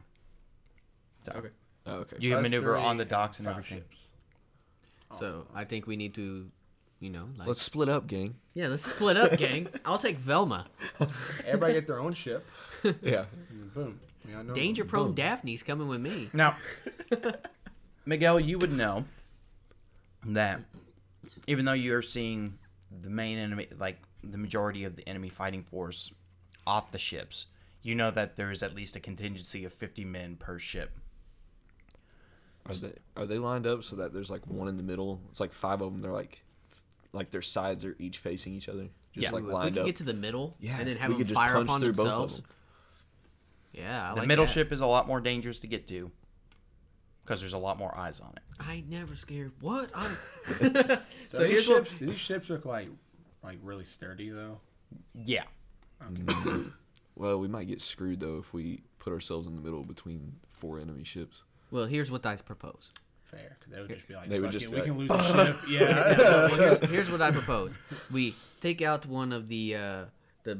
Speaker 2: Okay.
Speaker 4: Oh, okay.
Speaker 5: You can
Speaker 3: Us
Speaker 5: maneuver
Speaker 3: three
Speaker 5: on the docks and
Speaker 3: five
Speaker 5: everything.
Speaker 3: ships.
Speaker 2: So I think we need to, you know, like
Speaker 4: Let's split up, gang.
Speaker 2: yeah, let's split up, gang. I'll take Velma.
Speaker 3: Everybody get their own ship.
Speaker 4: Yeah.
Speaker 3: And Mm, boom. We all know
Speaker 2: Danger prone Daphne's coming with me.
Speaker 5: Now, Miguel, you would know that even though you're seeing the main enemy, like the majority of the enemy fighting force off the ships, you know that there is at least a contingency of 50 men per ship.
Speaker 4: Are they are they lined up so that there's like one in the middle? It's like five of them. They're like, f- like their sides are each facing each other, just
Speaker 5: Yeah.
Speaker 4: like
Speaker 2: If we
Speaker 4: lined
Speaker 2: could
Speaker 4: up.
Speaker 2: get to the middle
Speaker 4: yeah,
Speaker 2: and then have
Speaker 4: we
Speaker 2: them
Speaker 4: could just
Speaker 2: fire
Speaker 4: punch
Speaker 2: upon
Speaker 4: through
Speaker 2: themselves.
Speaker 4: both of them.
Speaker 2: Yeah, I
Speaker 5: The
Speaker 2: like
Speaker 5: middle
Speaker 2: that.
Speaker 5: ship is a lot more dangerous to get to because there's a lot more eyes on it.
Speaker 2: I ain't never scared. What? I'm...
Speaker 3: So,
Speaker 2: so
Speaker 3: these
Speaker 2: here's
Speaker 3: ships,
Speaker 2: what.
Speaker 3: these ships look like, like really sturdy though.
Speaker 5: Yeah.
Speaker 4: Well, we might get screwed though if we put ourselves in the middle between four enemy ships.
Speaker 2: Well, here's what I propose.
Speaker 3: Fair. 'cause they would just be like,
Speaker 4: They would
Speaker 3: "Fuck
Speaker 4: just
Speaker 3: it,
Speaker 4: be
Speaker 3: we
Speaker 4: like,
Speaker 3: can lose the ship. Yeah.
Speaker 2: well, here's, here's what I propose. We take out one of the uh, the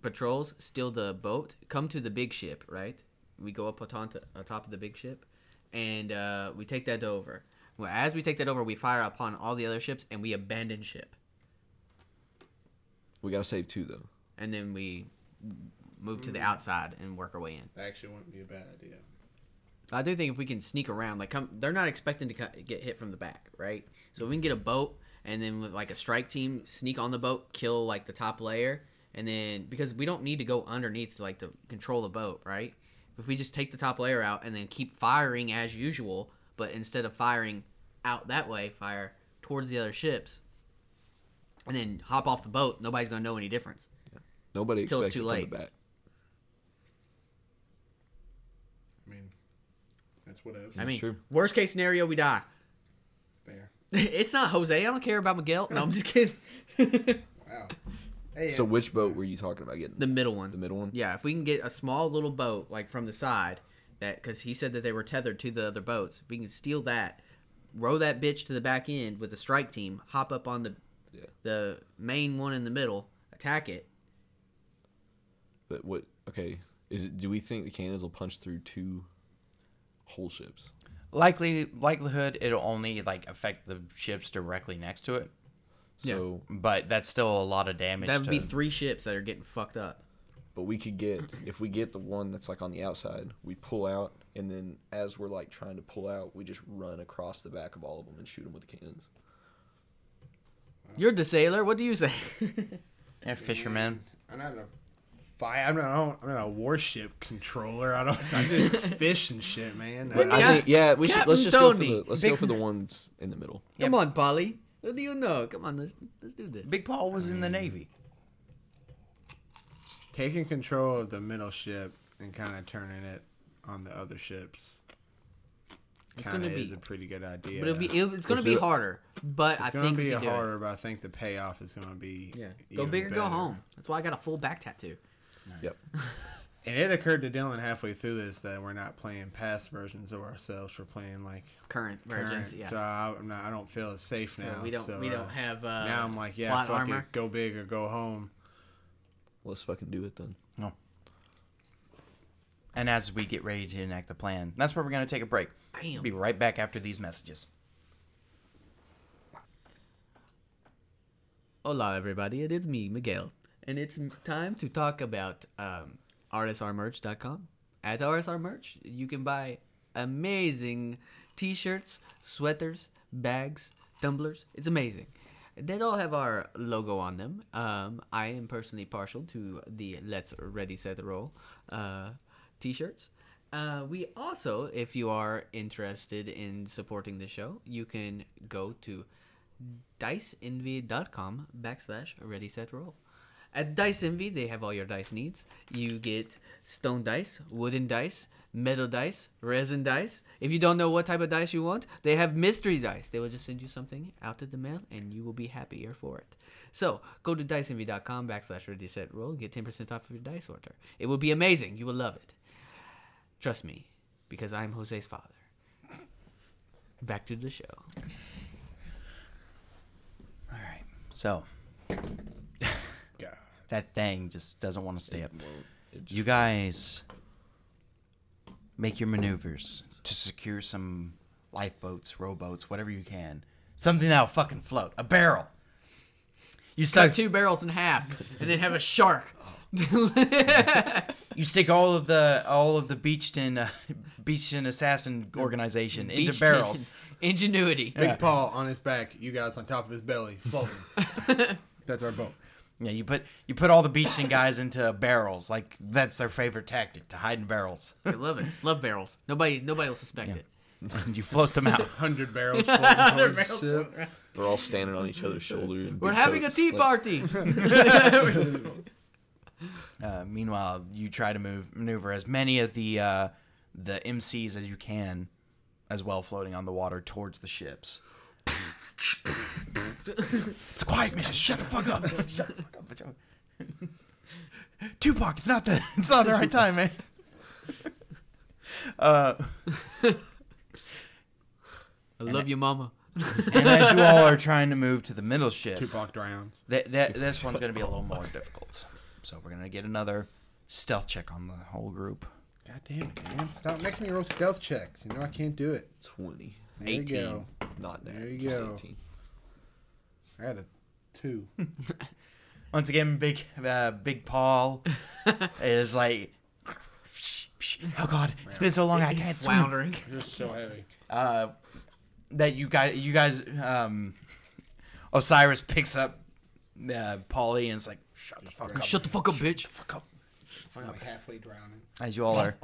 Speaker 2: patrols, steal the boat, come to the big ship, right? We go up on to, atop of the big ship, and uh, we take that over. Well, as we take that over, we fire upon all the other ships, and we abandon ship,
Speaker 4: We gotta save two though.
Speaker 2: and then we move to the outside and work our way in.
Speaker 3: that actually wouldn't be a bad idea.
Speaker 2: I do think if we can sneak around, like come, they're not expecting to co- get hit from the back, right? So we can get a boat and then with like a strike team sneak on the boat, kill like the top layer, and then because we don't need to go underneath like to control the boat, right? If we just take the top layer out and then keep firing as usual, but instead of firing out that way, fire towards the other ships, and then hop off the boat. Nobody's gonna know any difference.
Speaker 4: Nobody
Speaker 2: Till it's
Speaker 4: expects it
Speaker 2: too
Speaker 4: from the
Speaker 2: late.
Speaker 4: back.
Speaker 3: I mean, that's what
Speaker 2: I mean,
Speaker 4: true.
Speaker 2: worst case scenario, we die.
Speaker 3: Fair.
Speaker 2: it's not Jose. I don't care about Miguel. No, I'm just kidding.
Speaker 3: Wow. Hey,
Speaker 4: So which boat were you talking about getting?
Speaker 2: The middle one.
Speaker 4: The middle one.
Speaker 2: Yeah, if we can get a small little boat like from the side, that because he said that they were tethered to the other boats. If we can steal that, row that bitch to the back end with a strike team, hop up on the
Speaker 4: Yeah.
Speaker 2: the main one in the middle, attack it.
Speaker 4: But what? Okay, is it? Do we think the cannons will punch through two whole ships?
Speaker 5: Likely likelihood it'll only like affect the ships directly next to it,
Speaker 2: Yeah.
Speaker 4: So,
Speaker 5: but that's still a lot of damage.
Speaker 2: That would
Speaker 5: to-
Speaker 2: be three ships that are getting fucked up.
Speaker 4: but we could get if we get the one that's like on the outside, we pull out, and then as we're like trying to pull out, we just run across the back of all of them and shoot them with the cannons.
Speaker 2: You're the sailor. What do you say?
Speaker 5: yeah, fishermen.
Speaker 3: I'm not a fire. I'm not. I don't- I'm not a warship controller. I don't. I do fish and shit, man.
Speaker 2: Wouldn't
Speaker 3: I,
Speaker 4: I
Speaker 2: Cap-
Speaker 4: think, yeah, we should.
Speaker 2: Captain
Speaker 4: Let's just go for
Speaker 2: Tony.
Speaker 4: the let's go for the ones in the middle.
Speaker 2: Come on, Polly. What do you know? Come on, let's let's do this.
Speaker 5: Big Paul was in the navy.
Speaker 3: taking control of the middle ship and kind of turning it on the other ships.
Speaker 2: It's
Speaker 3: kind
Speaker 2: gonna
Speaker 3: of is
Speaker 2: be-
Speaker 3: a pretty good idea.
Speaker 2: But it'll be it, it's going to be
Speaker 4: it-
Speaker 2: harder. But I
Speaker 3: It's gonna
Speaker 2: think
Speaker 3: be
Speaker 2: we can do it.
Speaker 3: harder, but I think the payoff is gonna be
Speaker 2: Yeah, go
Speaker 3: even
Speaker 2: big or go
Speaker 3: better.
Speaker 2: home. That's why I got a full back tattoo.
Speaker 4: Yep.
Speaker 3: And it occurred to Dylan halfway through this that we're not playing past versions of ourselves. We're playing like
Speaker 2: Current versions,
Speaker 3: current.
Speaker 2: yeah.
Speaker 3: So I, I'm not. I don't feel as safe
Speaker 2: So
Speaker 3: now.
Speaker 2: we don't
Speaker 3: so,
Speaker 2: we
Speaker 3: uh,
Speaker 2: don't have uh,
Speaker 3: now I'm like, yeah,
Speaker 2: plot
Speaker 3: fuck
Speaker 2: armor.
Speaker 3: it, go big or go home.
Speaker 4: Let's fucking do it then.
Speaker 5: No. Oh. And as we get ready to enact the plan, that's where we're going to take a break.
Speaker 2: Bam.
Speaker 5: Be right back after these messages.
Speaker 2: Hola, everybody. It is me, Miguel, and it's m- time to talk about um, RSRmerch.com. At RSRmerch, you can buy amazing T-shirts, sweaters, bags, tumblers. It's amazing. They all have our logo on them. Um, I am personally partial to the Let's Ready Set Roll uh, T-shirts. Uh, we also, if you are interested in supporting the show, you can go to diceenvy.com backslash ready set roll at dice envy they have all your dice needs you get stone dice wooden dice metal dice resin dice if you don't know what type of dice you want they have mystery dice they will just send you something out of the mail and you will be happier for it so go to diceenvy.com backslash ready set roll and get 10% off of your dice order it will be amazing you will love it trust me because i'm jose's father back to the show
Speaker 5: All right. So
Speaker 3: God.
Speaker 5: that thing just doesn't want to stay up. You guys make your maneuvers to secure some lifeboats, rowboats, whatever you can. Something that'll fucking float. A barrel. You
Speaker 2: cut
Speaker 5: stuck
Speaker 2: two barrels in half and then have a shark.
Speaker 5: you stick all of the all of the beached in uh, beached in assassin organization into
Speaker 2: Beached
Speaker 5: barrels.
Speaker 2: in Ingenuity.
Speaker 3: Big Paul on his back, you guys on top of his belly, floating. That's our boat.
Speaker 5: Yeah, you put you put all the beached in guys into barrels. Like that's their favorite tactic to hide in barrels.
Speaker 2: I love it. Love barrels. Nobody nobody will suspect it.
Speaker 5: you float them out.
Speaker 3: Hundred barrels floating towards the ship.
Speaker 4: They're all standing on each other's shoulder. And
Speaker 2: We're having a tea party.
Speaker 5: Uh, meanwhile, you try to move maneuver as many of the uh, the MCs as you can, as well floating on the water towards the ships. it's a quiet mission. Shut the fuck up. Shut the fuck up. Shut up. Tupac, it's not the it's not the right time, man. Uh,
Speaker 2: I love you, mama.
Speaker 5: and as you all are trying to move to the middle ship,
Speaker 3: Tupac drowns.
Speaker 5: That, that this one's gonna be a little more difficult. So we're gonna get another stealth check on the whole group.
Speaker 3: God damn it, man! Stop making me roll stealth checks. You know I can't do it.
Speaker 4: Twenty,
Speaker 3: There you go.
Speaker 4: not now.
Speaker 3: There you go.
Speaker 4: 18.
Speaker 3: I got a two.
Speaker 5: Once again, big uh, big Paul is like, oh god, it's been so long I
Speaker 2: He's
Speaker 5: can't swim.
Speaker 2: floundering.
Speaker 3: You're so heavy.
Speaker 5: Uh, that you guys, you guys, um, Osiris picks up uh, Polly and it's like, shut the fuck up,
Speaker 2: Shut the fuck up, bitch.
Speaker 5: fuck up.
Speaker 3: I'm like halfway drowning.
Speaker 5: As you all are,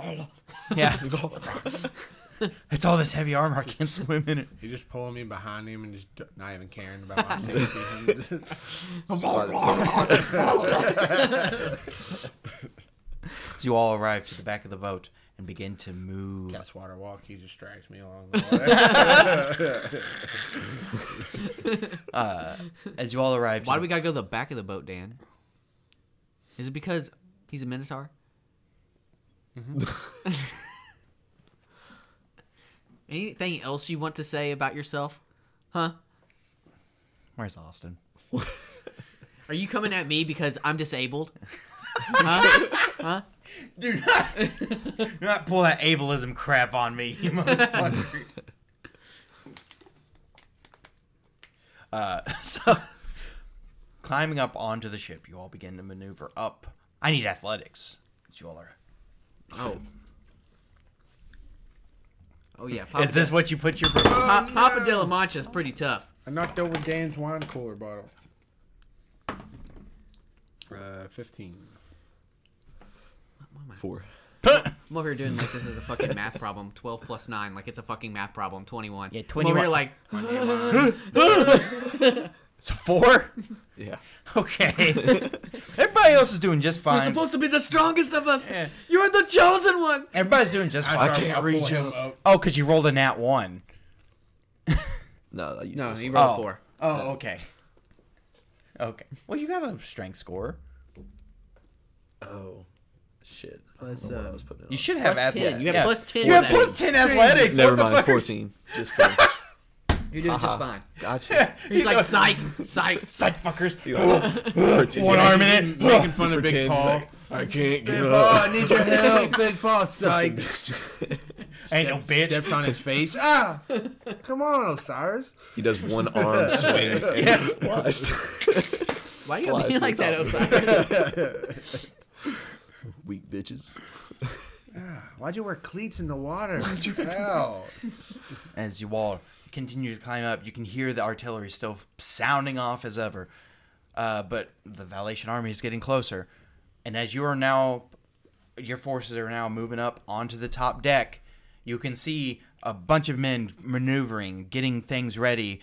Speaker 5: yeah. it's all this heavy armor. I can't swim in it.
Speaker 3: He's just pulling me behind him and just d- not even caring about my safety.
Speaker 5: So you all arrive to the back of the boat and begin to move.
Speaker 3: Cast water walk. He just drags me along the
Speaker 5: As you all arrive, to
Speaker 2: Why do
Speaker 5: the-
Speaker 2: we gotta go to the back of the boat, Dan? Is it because he's a minotaur? Mm-hmm. Anything else you want to say about yourself? Huh?
Speaker 5: Where's Austin?
Speaker 2: Are you coming at me because I'm disabled? huh?
Speaker 5: Do not, do not pull that ableism crap on me, you motherfucker. uh, so, climbing up onto the ship, you all begin to maneuver up. I need athletics. You all are.
Speaker 2: Oh. Oh yeah. Papa,
Speaker 5: Is this what you put your?
Speaker 2: Pa- Papa de la Mancha is pretty tough.
Speaker 3: I knocked over Dan's wine cooler bottle. Uh, fifteen.
Speaker 4: Four.
Speaker 2: I'm over here doing like this is a fucking math problem. Twelve plus nine, like it's a fucking math problem. Twenty-one.
Speaker 5: Yeah,
Speaker 2: I'm
Speaker 5: 21.
Speaker 2: over here like
Speaker 3: My name, uh,
Speaker 5: So four?
Speaker 4: Yeah.
Speaker 5: Okay. Everybody else is doing just
Speaker 2: You're
Speaker 5: fine.
Speaker 2: supposed to be the strongest of us.
Speaker 5: Yeah.
Speaker 2: You're the chosen one.
Speaker 5: Everybody's doing just
Speaker 4: I
Speaker 5: fine.
Speaker 4: can't reach him.
Speaker 5: Oh, because you rolled a nat one.
Speaker 4: No, that
Speaker 2: No,
Speaker 4: useless.
Speaker 2: he
Speaker 4: No,
Speaker 2: rolled
Speaker 5: Oh.
Speaker 2: four.
Speaker 5: Oh, okay. Okay. Well, you got a strength score.
Speaker 4: oh, shit. I don't
Speaker 2: Plus,
Speaker 4: know what I
Speaker 2: um,
Speaker 4: was putting it
Speaker 5: You
Speaker 4: on.
Speaker 5: should have
Speaker 2: Plus 10.
Speaker 5: athletics.
Speaker 2: You have plus 10
Speaker 5: You have
Speaker 2: athletics.
Speaker 5: plus ten athletics.
Speaker 4: Never
Speaker 5: what the
Speaker 4: mind.
Speaker 5: fuck?
Speaker 4: Fourteen. Just kidding.
Speaker 2: You're doing just fine.
Speaker 4: Gotcha.
Speaker 2: He's like, psych, psych.
Speaker 5: Psych fuckers.
Speaker 4: Fourteen.
Speaker 5: One arm in
Speaker 3: Making
Speaker 5: it.
Speaker 3: fun of
Speaker 4: Pretends
Speaker 3: Big
Speaker 4: he's
Speaker 3: Paul.
Speaker 4: like, I can't
Speaker 3: Big
Speaker 4: get
Speaker 3: Paul,
Speaker 4: up.
Speaker 3: I need your help. Big Paul, psych.
Speaker 5: Ain't no bitch.
Speaker 3: Steps on his face. Ah! Come on, Osiris.
Speaker 4: He does one arm swing. and flies.
Speaker 2: Why you gotta be
Speaker 4: Flies
Speaker 2: like
Speaker 4: to
Speaker 2: that,
Speaker 4: the
Speaker 2: Osiris?
Speaker 4: Weak bitches.
Speaker 3: Why'd you wear cleats in the water? Why'd you Hell.
Speaker 5: As you all continue to climb up, you can hear the artillery still sounding off as ever. Uh, but the Valation army is getting closer. And as you are now, your forces are now moving up onto the top deck, you can see a bunch of men maneuvering, getting things ready,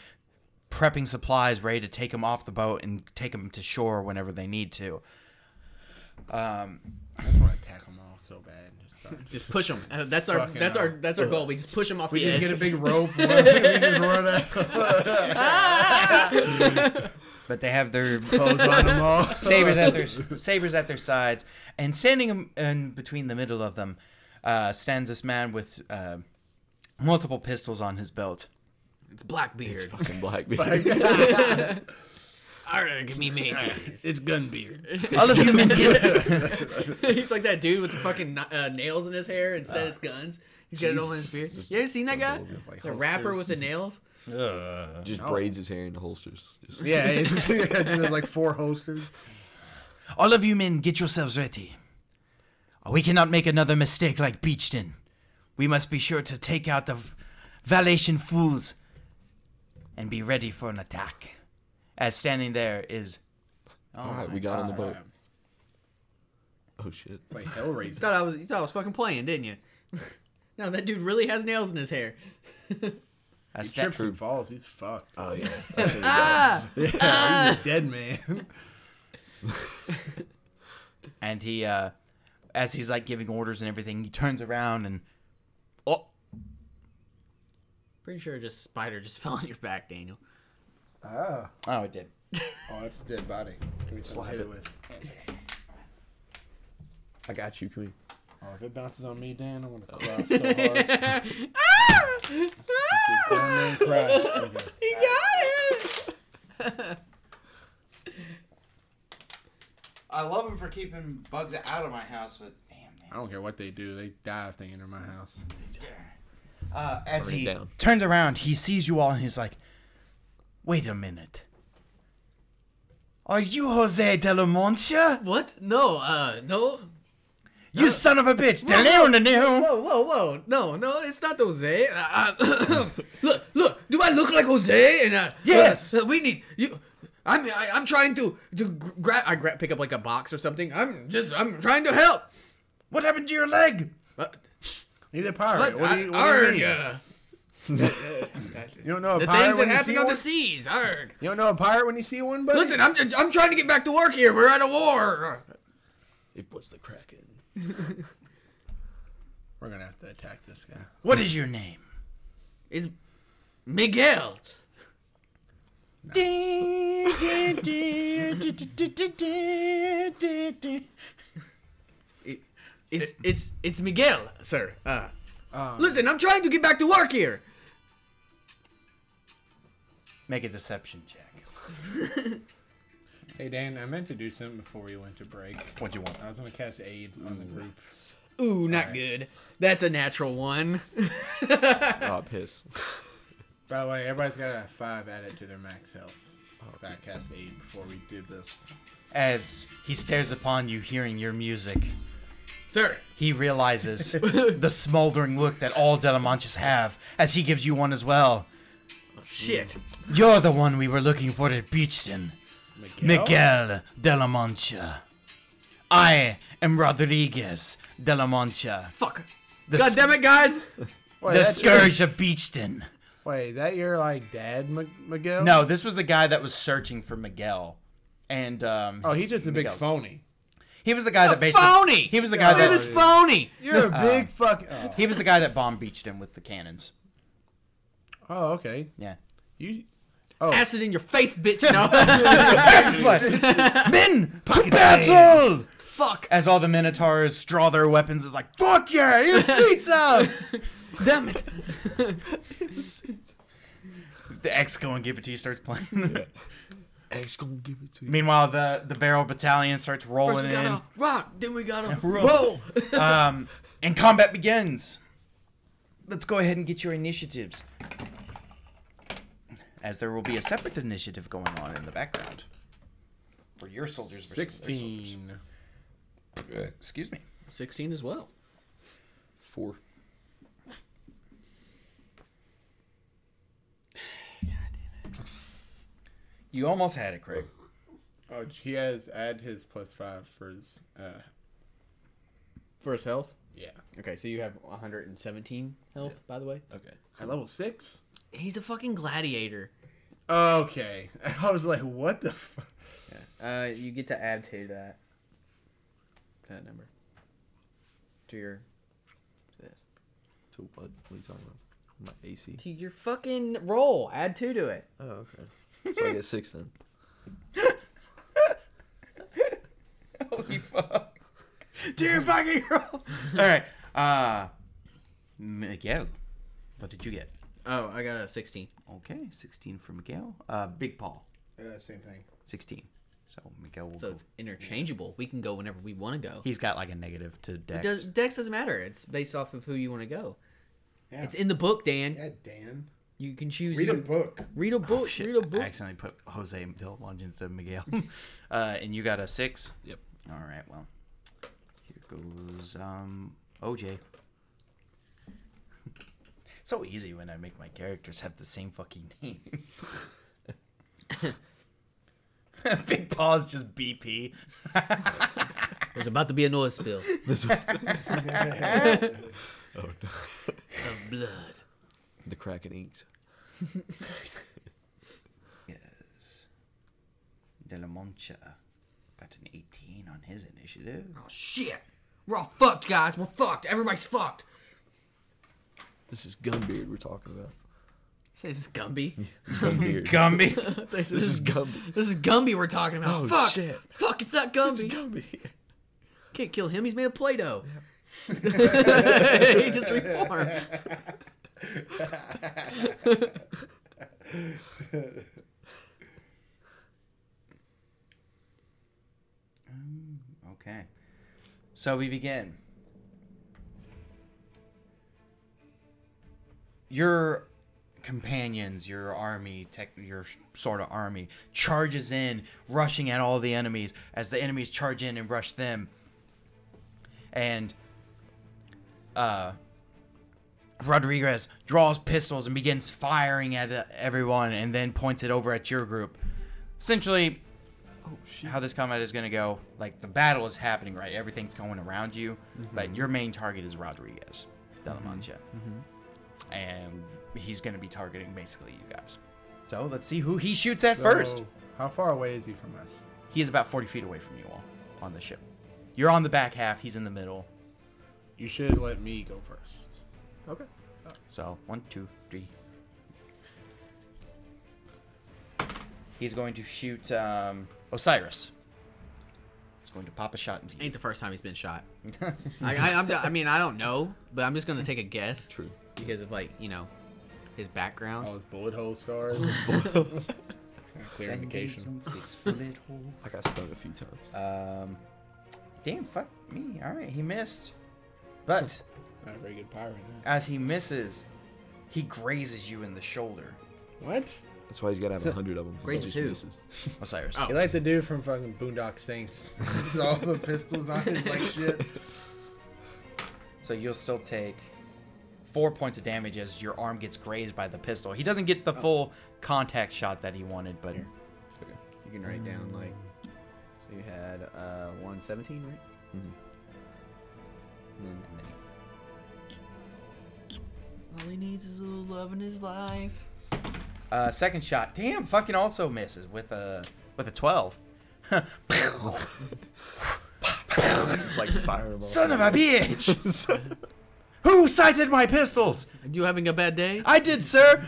Speaker 5: prepping supplies ready to take them off the boat and take them to shore whenever they need to.
Speaker 3: I just want to tackle them all so bad. Just like-
Speaker 2: Just push him. That's our
Speaker 3: Fucking
Speaker 2: that's our
Speaker 3: hell.
Speaker 2: that's our goal. We just push him off
Speaker 3: We
Speaker 2: the
Speaker 3: just
Speaker 2: edge.
Speaker 3: get a big rope. One, we just run out.
Speaker 5: But they have their
Speaker 3: Close on them all.
Speaker 5: sabers at their sabers at their sides, and standing in- in between the middle of them uh, stands this man with uh, multiple pistols on his belt.
Speaker 2: It's Blackbeard.
Speaker 4: Fucking black bitch.
Speaker 2: Arr, give me meat.
Speaker 3: It's Gunbeard.
Speaker 5: Other human
Speaker 2: He's like that dude with the fucking kn- uh, nails in his hair. Instead, it's guns. He's got it all in his beard. You ever seen that guy?
Speaker 3: Like
Speaker 2: The rapper with the nails.
Speaker 4: Just braids his hair into holsters. Just-
Speaker 3: Yeah, it's just, there's like four holsters.
Speaker 5: all of you men, get yourselves ready. We cannot make another mistake like Beachton. We must be sure to take out the v- Valation fools and be ready for an attack. As standing there is. Oh
Speaker 4: All right,
Speaker 5: my
Speaker 4: we got on the
Speaker 5: God.
Speaker 4: boat. Oh shit.
Speaker 3: Like
Speaker 2: You
Speaker 3: Hellraiser.
Speaker 2: thought I was you thought I was fucking playing, didn't you? no, that dude really has nails in his hair.
Speaker 5: As
Speaker 3: He
Speaker 5: sta-
Speaker 3: trips and falls. He's fucked.
Speaker 4: Oh yeah. That's what we got.
Speaker 3: Yeah, he's a dead man.
Speaker 5: and he uh as he's like giving orders and everything he turns around and oh
Speaker 2: Pretty sure just spider just fell on your back, Daniel.
Speaker 3: Ah.
Speaker 5: oh it did
Speaker 3: Oh, that's a dead body. Give me something to hit it with.
Speaker 4: I got you. Can we?
Speaker 3: Oh, if it bounces on me, Dan, I'm gonna cry so hard. I'm gonna cry. Okay.
Speaker 2: Ah! He got it.
Speaker 5: i love him for keeping bugs out of my house but damn
Speaker 3: I don't care what they do. They die if they enter my house.
Speaker 5: uh, as
Speaker 4: Burn it
Speaker 5: he
Speaker 4: down.
Speaker 5: turns around he sees you all and he's like wait a minute are you Jose de la Mancha?
Speaker 2: What? No, uh, no.
Speaker 5: You son of a bitch!
Speaker 2: Whoa,
Speaker 5: Deleu, deleu.
Speaker 2: Whoa, whoa, whoa! No, no, it's not Jose. Uh, uh, look, look! Do I look like Jose? And uh,
Speaker 5: Yes.
Speaker 2: uh, we need you. I'm, I, I'm trying to to grab. I grab, pick up like a box or something. I'm just, I'm trying to help.
Speaker 5: What happened to your leg?
Speaker 3: He's a pirate.
Speaker 2: But
Speaker 3: what
Speaker 2: I-
Speaker 3: do you, what do you
Speaker 2: arg,
Speaker 3: mean?
Speaker 2: uh,
Speaker 3: You don't know a
Speaker 2: the
Speaker 3: pirate
Speaker 2: things
Speaker 3: when
Speaker 2: that
Speaker 3: you
Speaker 2: happen
Speaker 3: see
Speaker 2: on
Speaker 3: one?
Speaker 2: the seas. Arg.
Speaker 3: You don't know a pirate when you see one, buddy?
Speaker 2: Listen, I'm, ju- I'm trying to get back to work here. We're at a war.
Speaker 4: It was the Kraken.
Speaker 3: We're gonna have to attack this guy.
Speaker 5: What is your name?
Speaker 2: Is Miguel? It's it's it's Miguel, sir. Uh,
Speaker 3: Um,
Speaker 2: listen, I'm trying to get back to work here.
Speaker 5: Make a deception check.
Speaker 3: Hey Dan, I meant to do something before we went to break.
Speaker 5: What do you want?
Speaker 3: I was gonna cast aid on the group.
Speaker 2: Ooh, not good. That's a natural one.
Speaker 4: Oh piss.
Speaker 3: By the way, everybody's got a five added to their max health. If I cast aid before we did this.
Speaker 5: As he stares upon you, hearing your music,
Speaker 2: Sir,
Speaker 5: he realizes the smoldering look that all Delamanches have as he gives you one as well.
Speaker 2: shit.
Speaker 5: You're the one we were looking for at Beachton, Miguel Delamancha. I am Rodriguez Delamancha,
Speaker 2: Fuck.
Speaker 5: the,
Speaker 2: God damn it, guys.
Speaker 3: Wait,
Speaker 5: the
Speaker 3: that's your-
Speaker 5: scourge of Beachton.
Speaker 3: Wait, is that your like dad, M- Miguel?
Speaker 5: No, this was the guy that was searching for Miguel, and um,
Speaker 3: Oh, he's just a big
Speaker 5: Miguel.
Speaker 3: phony.
Speaker 5: He was the guy that
Speaker 2: A
Speaker 5: basically
Speaker 2: phony!
Speaker 5: He was the guy
Speaker 2: Dude
Speaker 5: that
Speaker 2: is phony.
Speaker 3: You're
Speaker 5: Uh,
Speaker 3: a big fucking. Oh.
Speaker 5: he was the guy that bomb beached him with the cannons.
Speaker 3: Oh, okay.
Speaker 5: Yeah.
Speaker 3: You.
Speaker 2: Acid in your face, bitch. No.
Speaker 5: Men to battle!
Speaker 2: Fuck.
Speaker 5: As all the Minotaurs draw their weapons, it's like fuck yeah, your seats out.
Speaker 2: Damn it.
Speaker 5: the Exco and Give It To You starts playing.
Speaker 4: X gonna give it to you.
Speaker 5: Meanwhile, the the Barrel Battalion starts
Speaker 2: First
Speaker 5: rolling
Speaker 2: we
Speaker 5: in.
Speaker 2: gotta rock, then we gotta
Speaker 5: Roll.
Speaker 2: roll.
Speaker 5: Um, and combat begins. Let's go ahead and get your initiatives. As there will be a separate initiative going on in the background. For your soldiers versus their soldiers. Uh,
Speaker 3: Sixteen.
Speaker 5: Excuse me.
Speaker 2: 16 as well.
Speaker 4: Four.
Speaker 5: You almost had it, Craig.
Speaker 3: Oh, he has add his plus five for his. Uh,
Speaker 2: For his health?
Speaker 3: yeah.
Speaker 2: Okay, so you have 117 health, by the way.
Speaker 4: Okay.
Speaker 3: At level six.
Speaker 2: He's a fucking gladiator.
Speaker 3: Okay. I was like, what the. Fu-
Speaker 2: Uh, you get to add to that. That number. To your. To this.
Speaker 4: To what? What are you talking about? My AC.
Speaker 2: To your fucking roll. Add two to it.
Speaker 4: Oh, okay. So I get six then.
Speaker 5: Holy fuck. Dear fucking roll. Alright. Uh Miguel. What did you get?
Speaker 2: Oh, I got a 16.
Speaker 5: Okay, sixteen for Miguel. Uh Big Paul.
Speaker 3: uh, same thing.
Speaker 5: Sixteen. So Miguel will
Speaker 2: So
Speaker 5: go.
Speaker 2: it's interchangeable. We can go whenever we want to go.
Speaker 5: He's got like a negative to Dex.
Speaker 2: Does Dex doesn't matter. It's based off of who you want to go.
Speaker 3: Yeah.
Speaker 2: It's in the book, Dan.
Speaker 3: yeah, Dan.
Speaker 2: You can choose.
Speaker 3: Read a
Speaker 2: either-
Speaker 3: book.
Speaker 2: Read Oh, a book.
Speaker 5: Shit,
Speaker 2: read a book.
Speaker 5: I accidentally put Jose Del Monte instead of Miguel. uh, and you got a six?
Speaker 4: Yep.
Speaker 5: All right, well, here goes um, OJ. so easy when I make my characters have the same fucking name. Big Paul's just BP.
Speaker 2: There's about to be an oil spill
Speaker 4: Oh no.
Speaker 2: of blood.
Speaker 4: The Kraken Inks.
Speaker 5: Yes. De La Mancha got an 18 on his initiative.
Speaker 2: Oh shit! We're all fucked, guys. We're fucked. Everybody's fucked.
Speaker 4: This is Gunbeard we're talking about.
Speaker 2: Say this is Gumby.
Speaker 4: Gunbeard.
Speaker 5: Gumby.
Speaker 2: I say, this,
Speaker 4: this
Speaker 2: is
Speaker 4: is Gumby.
Speaker 2: this is Gumby we're talking about.
Speaker 4: Oh,
Speaker 2: Fuck.
Speaker 4: shit.
Speaker 2: Fuck! It's not Gumby.
Speaker 4: It's Gumby.
Speaker 2: Can't kill him. He's made of Play-Doh. he just reforms.
Speaker 5: Okay. So we begin. Your companions, your army, tech, your sort of army, charges in, rushing at all the enemies as the enemies charge in and rush them. And uh, Rodriguez draws pistols and begins firing at uh, everyone and then points it over at your group. Essentially, how this combat is going to go. Like the battle is happening, right? Everything's going around you, but your main target is Rodriguez, De La Mancha, and he's going to be targeting basically you guys. So let's see who he shoots at first.
Speaker 3: So, How far away is he from us?
Speaker 5: He is about 40 feet away from you all on the ship. You're on the back half. He's in the middle.
Speaker 3: You should let me go first.
Speaker 4: Okay.
Speaker 5: So one, two, three. He's going to shoot um, Osiris. He's going to pop a shot into you.
Speaker 2: Ain't the first time he's been shot. I, I, I'm, I mean, I don't know, but I'm just gonna take a guess
Speaker 4: True.
Speaker 2: because of like you know his background.
Speaker 3: All his bullet hole scars. Clear indication.
Speaker 4: I got stung a few times.
Speaker 5: Um, damn, fuck me. All right, he missed. But
Speaker 3: Not a very good pirate. huh?
Speaker 5: as he misses, he grazes you in the shoulder.
Speaker 3: What?
Speaker 4: That's why he's gotta have a hundred of them.
Speaker 2: Raises who?
Speaker 5: Osiris.
Speaker 2: Oh.
Speaker 3: You like the dude from fucking Boondock Saints. With all the pistols on his like shit.
Speaker 5: So you'll still take four points of damage as your arm gets grazed by the pistol. He doesn't get the full contact shot that he wanted, but
Speaker 2: You can write down like. So you had uh 117, right?
Speaker 5: and then he-
Speaker 2: All he needs is a little love in his life.
Speaker 5: Uh, second shot. Damn, fucking also misses with a with a 12.
Speaker 4: It's like fireball.
Speaker 5: Son of a bitch! Who sighted my pistols?
Speaker 2: You having a bad day?
Speaker 5: I did, sir.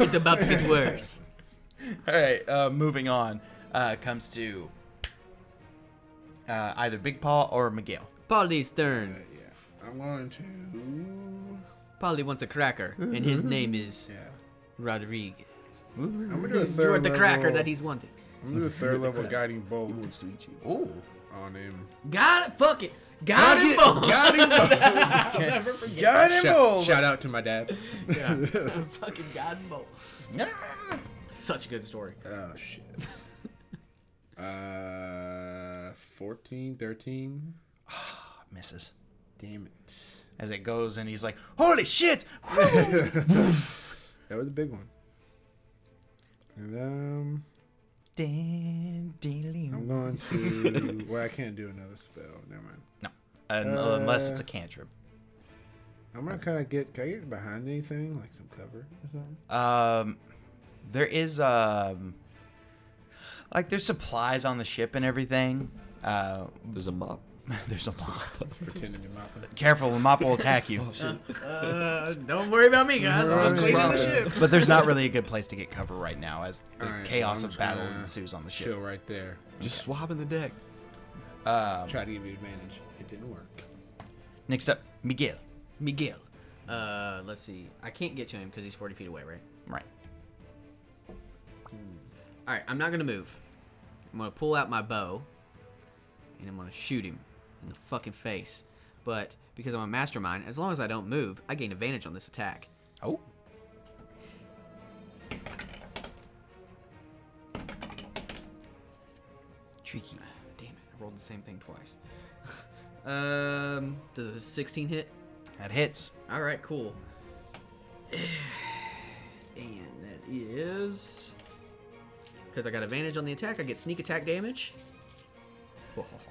Speaker 2: It's about to get worse.
Speaker 5: All right, uh, moving on. Uh, comes to uh, either Big Paul or Miguel.
Speaker 2: Polly's turn.
Speaker 3: I'm going to.
Speaker 2: Polly wants a cracker, and his name is
Speaker 3: Yeah.
Speaker 2: Rodriguez.
Speaker 3: I'm gonna do a third
Speaker 2: You're the
Speaker 3: level.
Speaker 2: cracker that he's wanted.
Speaker 3: I'm gonna do a third level guiding bolt
Speaker 4: He wants to eat you.
Speaker 5: Ooh.
Speaker 3: on him.
Speaker 2: Got it. Fuck it. Got it. Fuck.
Speaker 3: Got him!
Speaker 5: Got him
Speaker 3: shout,
Speaker 5: over.
Speaker 3: shout out to my dad.
Speaker 2: Fucking got him both.
Speaker 5: Ah.
Speaker 2: Such a good story.
Speaker 3: Oh shit. Uh, 14, 13.
Speaker 5: Misses.
Speaker 3: Damn it.
Speaker 5: As it goes, and he's like, "Holy shit!"
Speaker 3: That was a big one. And um,
Speaker 5: Dan,
Speaker 3: I'm
Speaker 5: Dan,
Speaker 3: going to. well, I can't do another spell. Never mind.
Speaker 5: no, Un-
Speaker 3: Uh,
Speaker 5: unless it's a cantrip.
Speaker 3: I'm gonna kind of get. Can I get behind anything, like some cover or something?
Speaker 5: Um, there is um, like there's supplies on the ship and everything. Uh,
Speaker 4: There's a mop.
Speaker 5: there's a lot.
Speaker 3: Pretend to be mopping.
Speaker 5: Careful, Mop will attack you.
Speaker 2: Uh, don't worry about me, guys. I'm just cleaning the ship.
Speaker 5: but there's not really a good place to get cover right now as the
Speaker 3: Alright,
Speaker 5: chaos
Speaker 3: I'm
Speaker 5: of battle
Speaker 3: tryna
Speaker 5: ensues on the
Speaker 3: Chill
Speaker 5: ship.
Speaker 3: right there.
Speaker 4: Just swabbing the deck.
Speaker 5: Um,
Speaker 3: Try to give you advantage. It didn't work.
Speaker 5: next up, Miguel.
Speaker 2: Miguel. Uh, let's see. I can't get to him because he's 40 feet away, right?
Speaker 5: Right.
Speaker 2: All right, I'm not gonna move. I'm gonna pull out my bow, and I'm gonna shoot him in the fucking face. But because I'm a mastermind, as long as I don't move, I gain advantage on this attack.
Speaker 5: Oh.
Speaker 2: Tricky. Damn it! I rolled the same thing twice. um, does a 16 hit?
Speaker 5: That hits.
Speaker 2: All right, cool. And that is because I got advantage on the attack. I get sneak attack damage.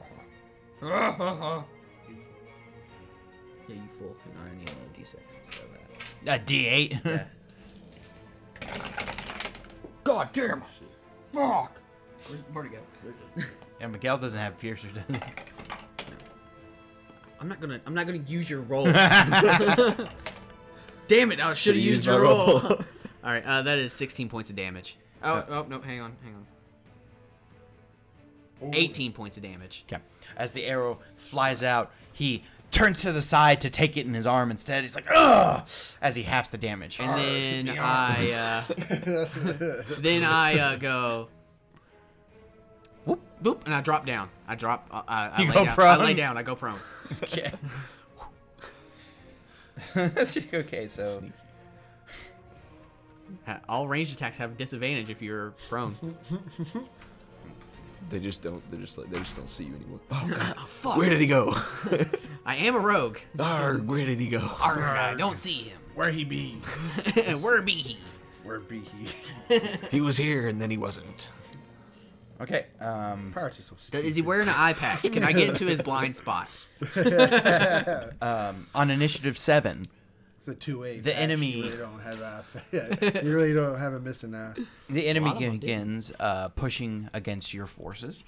Speaker 2: yeah, you fool. No, I need another d6 instead of that.
Speaker 5: A D8.
Speaker 2: Yeah.
Speaker 4: God damn. Fuck.
Speaker 2: Where's where'd it go?
Speaker 5: and Miguel doesn't have piercer, does he?
Speaker 2: I'm not gonna. I'm not gonna use your roll. Damn it! I should have used,
Speaker 4: used
Speaker 2: your
Speaker 4: my
Speaker 2: roll.
Speaker 4: roll.
Speaker 2: All right, uh, that is 16 points of damage. Oh, oh no! Hang on, hang on. 18 points of damage.
Speaker 5: Okay. As the arrow flies out, he turns to the side to take it in his arm instead. He's like, ugh, as he halves the damage.
Speaker 2: And then I, uh, then I uh, go,
Speaker 5: Whoop.
Speaker 2: boop, and I drop down. I drop. Uh, I, I
Speaker 5: You
Speaker 2: lay
Speaker 5: go
Speaker 2: down. I
Speaker 5: prone?
Speaker 2: lay down. I go prone.
Speaker 5: Okay. okay, so
Speaker 2: Ha- All ranged attacks have disadvantage if you're prone.
Speaker 4: They just don't. They just like. They just don't see you anymore. Oh god.
Speaker 2: Fuck!
Speaker 4: Where did he go?
Speaker 2: I am a rogue.
Speaker 4: Arg, where did he go?
Speaker 2: Arr, I don't see
Speaker 3: Where he be?
Speaker 2: him. Where be he?
Speaker 3: Where be he?
Speaker 4: He was here and then he wasn't.
Speaker 5: okay. Um,
Speaker 3: Pirates are so stupid.
Speaker 2: Is he wearing an eye patch? Can I get into his blind spot?
Speaker 5: on initiative seven,
Speaker 3: It's a two way.
Speaker 5: The enemy-
Speaker 3: You really don't have a. you really don't have a missing eye.
Speaker 5: the enemy
Speaker 2: lot of 'em
Speaker 5: begins uh, pushing against your forces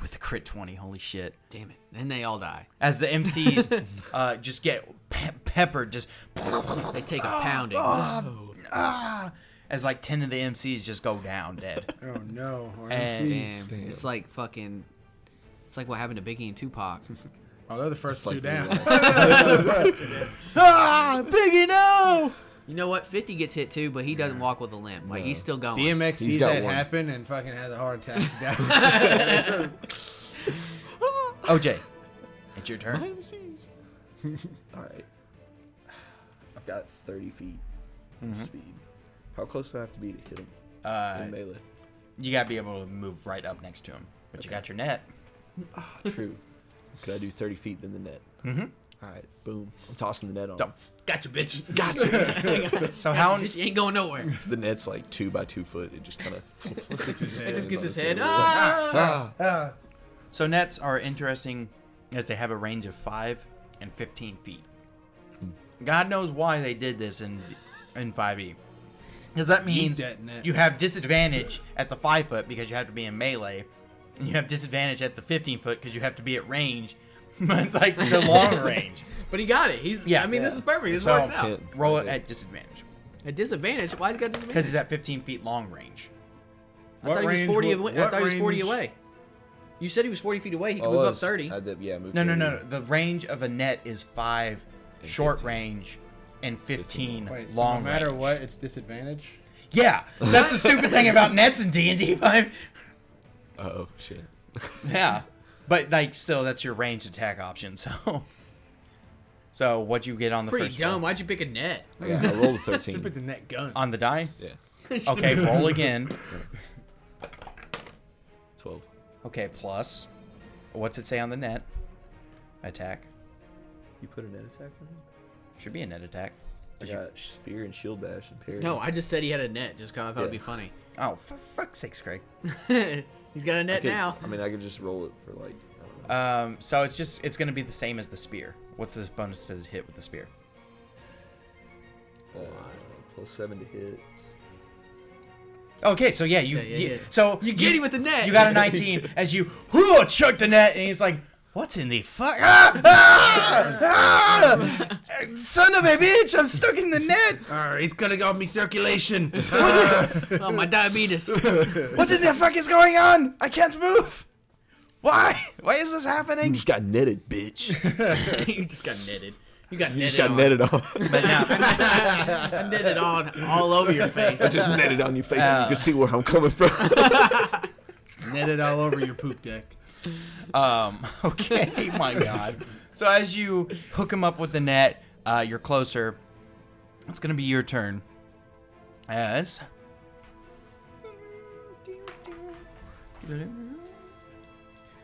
Speaker 5: with a crit twenty. Holy shit!
Speaker 2: Damn it. Then they all die.
Speaker 5: As the MCs uh, just get pe- peppered, just
Speaker 2: They take a pounding.
Speaker 5: ah, as like ten of the MCs just go down dead.
Speaker 3: Oh no. Our
Speaker 5: And-
Speaker 3: MCs.
Speaker 2: Damn. It's like fucking. It's like what happened to Biggie and Tupac.
Speaker 3: Oh, they're the first two
Speaker 4: like
Speaker 3: down.
Speaker 5: ah, Biggie, no!
Speaker 2: You know what? 50 gets hit too, but he doesn't walk with a limp. Like, he's still going.
Speaker 3: DMX
Speaker 4: He's
Speaker 3: sees
Speaker 4: got
Speaker 3: that
Speaker 4: one.
Speaker 3: happen and fucking has a heart attack.
Speaker 5: OJ, it's your turn.
Speaker 4: All right. I've got 30 feet speed. How close do I have to be to hit him
Speaker 5: Uh,
Speaker 4: in melee?
Speaker 5: you gotta be able to move right up next to him, but you got your net.
Speaker 4: True. Could I do 30 feet in the net? Mm-hmm. All right. Boom. I'm tossing the net on.
Speaker 5: Dump.
Speaker 2: Gotcha, bitch.
Speaker 4: Gotcha.
Speaker 5: So how?
Speaker 2: Bitch, you ain't going nowhere.
Speaker 4: the net's like two by two foot. It just kind of.
Speaker 2: It just gets his
Speaker 4: on
Speaker 2: head.
Speaker 4: the table.
Speaker 2: Ah!
Speaker 3: Ah,
Speaker 5: So nets are interesting as they have a range of five and fifteen feet. God knows why they did this in in 5e. Because that means
Speaker 3: detonate.
Speaker 5: you have disadvantage at the 5 foot because you have to be in melee, and you have disadvantage at the 15 foot because you have to be at range. it's like the long range.
Speaker 2: But he got it. He's. Yeah.
Speaker 5: Yeah.
Speaker 2: I mean, this
Speaker 5: Yeah.
Speaker 2: is perfect. This
Speaker 5: So-
Speaker 2: works out.
Speaker 4: Ten.
Speaker 5: Roll it at disadvantage
Speaker 2: A disadvantage. Why he got
Speaker 5: because
Speaker 2: disadvantage?
Speaker 5: he's at 15 feet long range.
Speaker 2: I thought he was
Speaker 6: range
Speaker 2: forty.
Speaker 6: wa-
Speaker 2: away. I
Speaker 6: what
Speaker 2: thought he was forty
Speaker 6: range?
Speaker 2: away. You said he was forty feet away. He
Speaker 4: I
Speaker 2: can move up
Speaker 4: was-
Speaker 2: thirty.
Speaker 4: Oh, I did, yeah, I moved
Speaker 5: No, no,
Speaker 4: 30.
Speaker 5: no. no. The range of a net is five short
Speaker 4: 15.
Speaker 5: range and 15
Speaker 3: Wait, so
Speaker 5: long
Speaker 3: no matter
Speaker 5: range.
Speaker 3: what, it's disadvantage.
Speaker 5: Yeah, that's the stupid thing about nets in D and D five.
Speaker 4: Oh shit.
Speaker 5: Yeah, but like still, that's your ranged attack option. So, so what you get on the
Speaker 2: Pretty
Speaker 5: first
Speaker 2: dumb.
Speaker 5: roll?
Speaker 2: Why'd you pick a net?
Speaker 4: I, got, I rolled a
Speaker 3: You put
Speaker 4: thirteen.
Speaker 3: the net gun.
Speaker 5: on the die?
Speaker 4: yeah,
Speaker 5: Okay, roll again.
Speaker 4: twelve.
Speaker 5: Okay, plus. What's it say on the net? Attack
Speaker 4: You put a net attack on him?
Speaker 5: should be a net attack.
Speaker 4: I got spear and shield bash and parry.
Speaker 2: No, I just said he had a net just because I thought it'd be
Speaker 4: Yeah.
Speaker 2: funny.
Speaker 5: Oh, for fuck's sakes, Greg.
Speaker 2: He's got a net
Speaker 4: could,
Speaker 2: now.
Speaker 4: I mean, I could just roll it for like. I don't know.
Speaker 5: Um, so it's just it's gonna be the same as the spear. What's the bonus to hit with the spear?
Speaker 4: Uh, plus seven to hit.
Speaker 5: Okay, so yeah, you,
Speaker 2: Yeah, yeah,
Speaker 5: you-
Speaker 2: yeah.
Speaker 5: so
Speaker 2: You get him with the net.
Speaker 5: You got a 19 as you whoo chuck the net, and he's like, "What's in the fuck? Ah, ah, ah! Son of a bitch! I'm stuck in the net.
Speaker 3: All right, he's cutting off me circulation.
Speaker 2: oh, my diabetes.
Speaker 5: What in the fuck is going on? I can't move. Why? Why is this happening?"
Speaker 4: just got netted, bitch. you
Speaker 2: you just got netted. You got netted.
Speaker 4: just got
Speaker 2: on.
Speaker 4: netted off.
Speaker 5: But now,
Speaker 2: I netted on all over your face.
Speaker 4: just netted on your face, and you can see where I'm coming from. I
Speaker 3: net it all over your poop deck.
Speaker 5: um, okay, my god. So as you hook him up with the net, uh, you're closer. It's gonna be your turn. As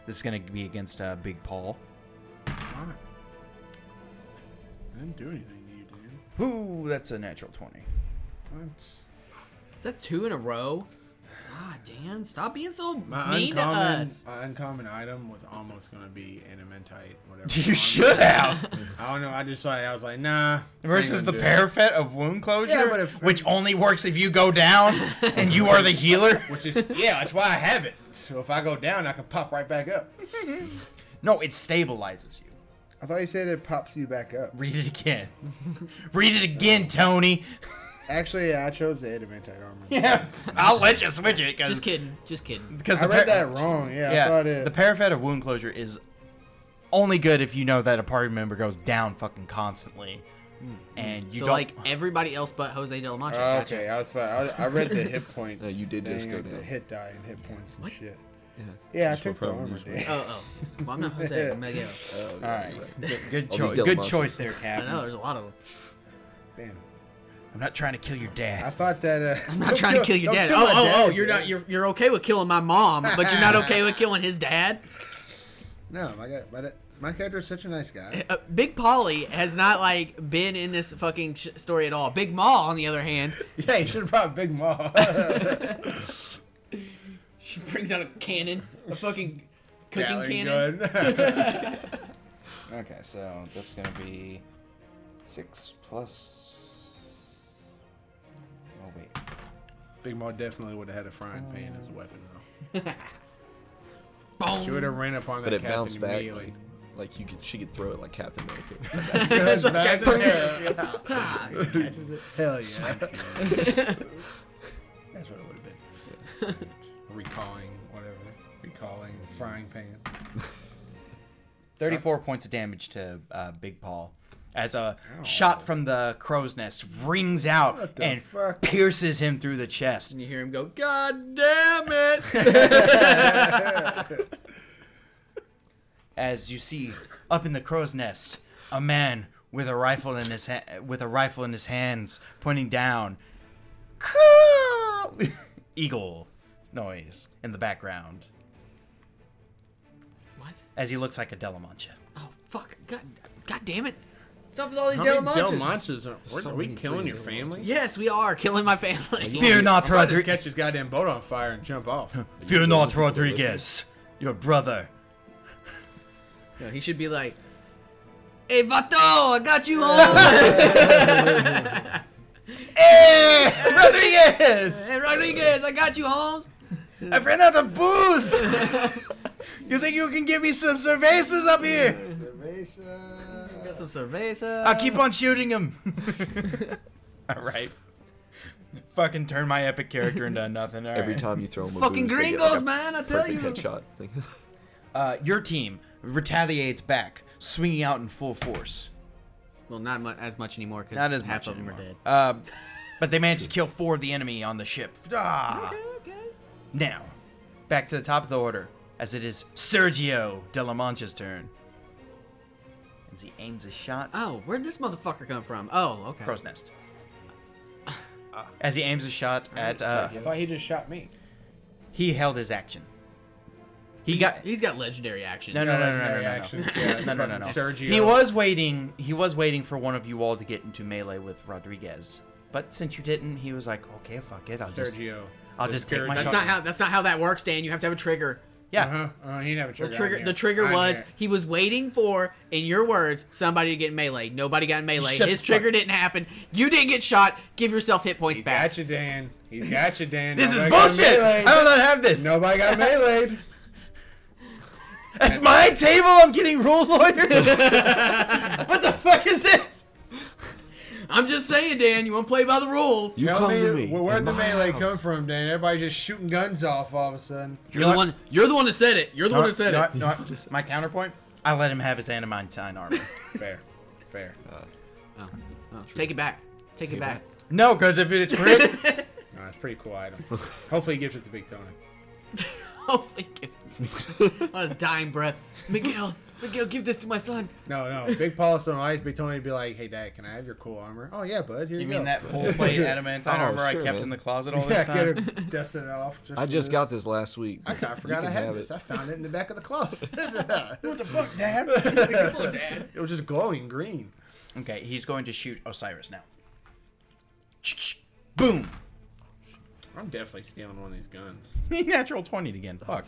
Speaker 5: this is gonna be against uh, Big Paul.
Speaker 3: All right. I didn't do anything to you, Dan.
Speaker 5: Ooh, that's a natural 20.
Speaker 3: What?
Speaker 2: Is that two in a row? God damn! Stop being so
Speaker 3: My
Speaker 2: mean to
Speaker 3: uncommon,
Speaker 2: us.
Speaker 3: my uncommon item was almost gonna be adamantite, whatever.
Speaker 5: You
Speaker 3: on
Speaker 5: should
Speaker 3: there.
Speaker 5: have.
Speaker 3: I don't know. I just like I was like, nah. I ain't
Speaker 5: Versus
Speaker 3: gonna
Speaker 5: the
Speaker 3: do it.
Speaker 5: parapet of wound closure,
Speaker 3: Yeah, but if-
Speaker 5: which only works if you go down and you are the healer.
Speaker 3: Which is yeah, that's why I have it. So if I go down, I can pop right back up.
Speaker 5: No, it stabilizes you.
Speaker 3: I thought you said it pops you back up.
Speaker 5: Read it again. Read it again, Tony.
Speaker 3: Actually, I chose the adamantite armor.
Speaker 5: Yeah, I'll let you switch it because
Speaker 2: Just kidding. Just kidding.
Speaker 3: I read that wrong. Yeah, I
Speaker 5: Yeah,
Speaker 3: thought it.
Speaker 5: the parapet of wound closure is only good if you know that a party member goes down fucking constantly, and you
Speaker 2: so
Speaker 5: don't.
Speaker 2: like everybody else but Jose De La Mancha. gotcha.
Speaker 3: Oh, okay, I was fine. I, I read the hit points.
Speaker 4: No, you did just
Speaker 3: thing,
Speaker 4: go
Speaker 3: like, The
Speaker 4: down.
Speaker 3: hit die and hit points and shit.
Speaker 4: Yeah.
Speaker 3: Yeah, I
Speaker 4: That's my
Speaker 3: took the
Speaker 4: problem,
Speaker 3: armor.
Speaker 4: that's my-
Speaker 3: Dan.
Speaker 2: Oh, oh. Well, I'm not Jose. I'm Miguel.
Speaker 4: Oh,
Speaker 5: All
Speaker 4: yeah,
Speaker 5: right,
Speaker 4: you're right.
Speaker 5: good, good
Speaker 4: All these
Speaker 5: choice.
Speaker 4: devil
Speaker 5: Good
Speaker 4: monsters.
Speaker 5: choice there,
Speaker 2: I know
Speaker 5: Captain.
Speaker 2: there's a lot of them.
Speaker 3: Damn.
Speaker 5: I'm not trying to kill your
Speaker 3: I
Speaker 5: dad.
Speaker 3: thought that. Uh, I'm
Speaker 2: not trying to kill your dad. Oh, oh, oh! You're not. You're you're okay with killing my mom, but you're not okay with killing his dad.
Speaker 3: No, my guy. My, dad- my character is such a nice guy.
Speaker 2: Uh, Big Polly has not like been in this fucking sh- story at all. Big Maul, on the other hand,
Speaker 3: yeah, you should have brought Big Maw.
Speaker 2: she brings out a cannon, a fucking cooking
Speaker 3: Gatling
Speaker 2: cannon.
Speaker 3: gun.
Speaker 5: Okay, so that's gonna be six plus. Oh wait.
Speaker 3: Big Maw definitely would have had a frying pan as a weapon, though. She
Speaker 2: Boom.
Speaker 3: would have ran up on that
Speaker 4: But it
Speaker 3: captain
Speaker 4: bounced back.
Speaker 3: immediately.
Speaker 4: Like, like you could, she could throw it like Captain America.
Speaker 2: It's
Speaker 3: Goes
Speaker 2: like
Speaker 3: back
Speaker 2: Captain
Speaker 3: there.
Speaker 2: Ah, he catches it.
Speaker 3: Hell yeah. That's what it would have been. Recalling, whatever. Recalling, frying pan.
Speaker 5: 34 points of damage to uh, Big Paul as a shot from the crow's nest rings out
Speaker 3: What the
Speaker 5: and
Speaker 3: fuck?
Speaker 5: pierces him through the chest.
Speaker 2: And you hear him go, "God damn it!"
Speaker 5: As you see up in the crow's nest, a man with a rifle in his ha- with a rifle in his hands pointing down. Crow! Eagle noise in the background
Speaker 2: what?
Speaker 5: as he looks like a Delamancha.
Speaker 2: Oh fuck! God, God damn it! What's up with all these
Speaker 3: How many
Speaker 2: Del Montes?
Speaker 3: Delmontes are, we're-
Speaker 4: So
Speaker 3: are we
Speaker 4: many
Speaker 3: killing
Speaker 4: freaking
Speaker 3: your family?
Speaker 2: Yes, we are killing my family.
Speaker 5: Fear not,
Speaker 3: I'm about to
Speaker 5: Rodriguez.
Speaker 3: catch this goddamn boat on fire and jump off.
Speaker 5: Fear not, Rodriguez. Your brother
Speaker 2: No, he should be like, Hey, Vato, I got you home.
Speaker 5: Hey, Rodriguez!
Speaker 2: hey, Rodriguez, I got you home.
Speaker 5: I've ran out of booze! you think you can give me some cervezas up here?
Speaker 2: Got some cerveza.
Speaker 5: I'll keep on shooting him! Alright. Fucking turn my epic character into nothing. All
Speaker 4: Every
Speaker 5: right.
Speaker 4: time you throw them, a
Speaker 2: Fucking
Speaker 4: booze, they get,
Speaker 2: gringos,
Speaker 4: like, a
Speaker 2: man, I tell you.
Speaker 4: Perfect headshot.
Speaker 1: Uh, your team retaliates back, swinging out in full force.
Speaker 2: Well, not mu- as much anymore because
Speaker 1: Not as
Speaker 2: half
Speaker 1: much
Speaker 2: of them are
Speaker 1: anymore.
Speaker 2: dead.
Speaker 1: Um, but they managed to kill four of the enemy on the ship. Ah! Now, back to the top of the order, as it is Sergio de la Mancha's turn. As he aims a shot,
Speaker 2: Oh, where'd this motherfucker come from? Oh, okay.
Speaker 1: crow's nest.
Speaker 3: Uh,
Speaker 1: As he aims a shot at, uh,
Speaker 3: I thought he just shot me.
Speaker 1: he held his action. He got
Speaker 2: He's got legendary actions.
Speaker 1: no no no no no no,
Speaker 3: Legendary
Speaker 1: no.
Speaker 3: actions, yeah,
Speaker 1: no no no
Speaker 3: fucking
Speaker 1: no.
Speaker 3: Sergio.
Speaker 1: He was waiting. He was waiting for one of you all to get into melee with Rodriguez, but since you didn't, he was like, "Okay, fuck it, I'll just
Speaker 3: Sergio.
Speaker 1: I'll just take my
Speaker 2: That's
Speaker 1: shot.
Speaker 2: not how. That's not how that works, Dan. You have to have a trigger.
Speaker 1: yeah."
Speaker 3: Uh-huh. Uh, he didn't have a
Speaker 2: The
Speaker 3: trigger.
Speaker 2: trigger.
Speaker 3: on here.
Speaker 2: The trigger
Speaker 3: I'm
Speaker 2: was
Speaker 3: here.
Speaker 2: he was waiting for, in your words, somebody to get melee. Nobody got melee.
Speaker 5: Shut
Speaker 2: His
Speaker 5: the fuck
Speaker 2: trigger didn't happen. You didn't get shot. Give yourself hit points
Speaker 3: He's
Speaker 2: back.
Speaker 3: got you, Dan. He's got you, Dan.
Speaker 5: This is
Speaker 3: Nobody got
Speaker 5: bullshit! I
Speaker 3: meleeed.
Speaker 5: do not have this!
Speaker 3: Nobody got meleeed.
Speaker 5: At my table, I'm getting rule lawyer? what the fuck is this?
Speaker 2: I'm just saying, Dan. You want to play by the rules? You
Speaker 4: You
Speaker 3: Tell
Speaker 4: come
Speaker 3: me,
Speaker 4: to me.
Speaker 3: Well, where'd
Speaker 4: in
Speaker 3: the
Speaker 4: my
Speaker 3: melee
Speaker 4: house.
Speaker 3: come from, Dan? Everybody just shooting guns off all of a sudden.
Speaker 2: are the one. You're the one that said it. You're the one that said it.
Speaker 5: my counterpoint?
Speaker 1: I let him have his adamantine armor.
Speaker 3: Fair, fair.
Speaker 2: Oh, take it back. Take it back.
Speaker 5: No, because if it's crits,
Speaker 3: No, it's a pretty cool item. Hopefully, he gives it to Big Tony.
Speaker 2: Hopefully, gives on his dying breath. Miguel, Miguel, give this to my son.
Speaker 3: No, no. Big Paul on ice. Big Tony would be like, "Hey, Dad, can I have your cool armor?" Oh yeah, bud. Here you,
Speaker 5: you
Speaker 3: go.
Speaker 5: mean that full plate adamantine
Speaker 4: Oh,
Speaker 5: armor
Speaker 4: sure,
Speaker 5: I kept
Speaker 4: man.
Speaker 5: in the closet all
Speaker 3: Yeah,
Speaker 5: this
Speaker 3: get
Speaker 5: time?
Speaker 3: it dusted it off. Just
Speaker 4: I
Speaker 3: for
Speaker 4: just
Speaker 3: this.
Speaker 4: got this last week.
Speaker 3: I kind of forgot
Speaker 4: You can
Speaker 3: I had
Speaker 4: have
Speaker 3: this.
Speaker 4: it.
Speaker 3: I found it in the back of the closet.
Speaker 5: What the fuck, Dad? Come on, Dad.
Speaker 3: it was just glowing green.
Speaker 1: Okay, he's going to shoot Osiris now. Boom!
Speaker 3: I'm definitely stealing one of these guns.
Speaker 5: Natural 20 again. Fuck.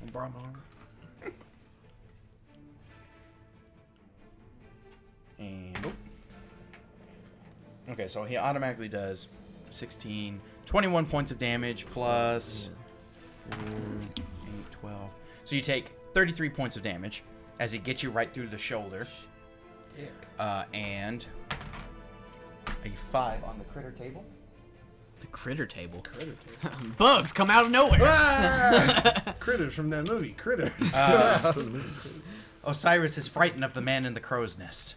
Speaker 3: I'm borrowing my armor.
Speaker 5: And. oop. Okay, so he automatically does 16, 21 points of damage plus 4, 8, 12. So you take 33 points of damage as he gets you right through the shoulder.
Speaker 3: Dick.
Speaker 5: Uh, and a 5 on the critter table.
Speaker 2: The critter table. Critter table. Bugs come out of nowhere.
Speaker 3: Ah! Critters from that movie. Critters.
Speaker 5: Uh, Osiris is frightened of the man in the crow's nest.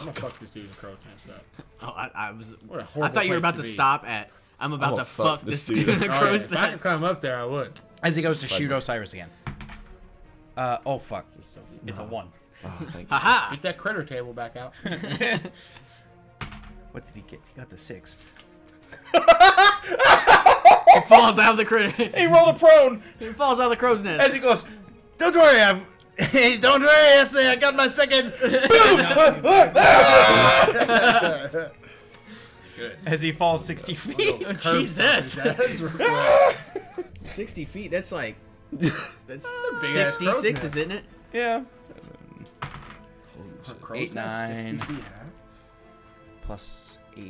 Speaker 3: I'm gonna fuck this dude in crow chest up.
Speaker 2: Oh, I, I was.
Speaker 3: What a
Speaker 2: I
Speaker 3: horrible
Speaker 2: thought you were
Speaker 3: place
Speaker 2: about
Speaker 3: to
Speaker 2: to
Speaker 3: be.
Speaker 2: stop at. I'm about
Speaker 4: I'ma
Speaker 2: to fuck, this dude in the
Speaker 3: Oh, yeah,
Speaker 2: crow's
Speaker 3: If I could
Speaker 2: nest.
Speaker 3: climb up there, I would.
Speaker 5: As he goes to shoot Osiris again. Uh, oh fuck. It's a 1.
Speaker 4: Oh, thank you.
Speaker 2: Aha!
Speaker 3: Get that critter table back out.
Speaker 5: What did he get? He got the 6.
Speaker 2: It falls out of the critter.
Speaker 5: He rolled a prone!
Speaker 2: It falls out of the crow's nest.
Speaker 5: as he goes, "Don't worry, I've." Hey, don't worry, I say I got my second. Boom! As he falls 60 feet.
Speaker 2: Jesus.
Speaker 3: That's right.
Speaker 2: 60 feet. That's like. That's
Speaker 3: ass
Speaker 2: 66,
Speaker 3: crow's nest.
Speaker 2: isn't it?
Speaker 5: Yeah.
Speaker 3: Crow's
Speaker 5: Eight,
Speaker 3: nest,
Speaker 5: nine.
Speaker 3: 60 feet high.
Speaker 5: Plus 8.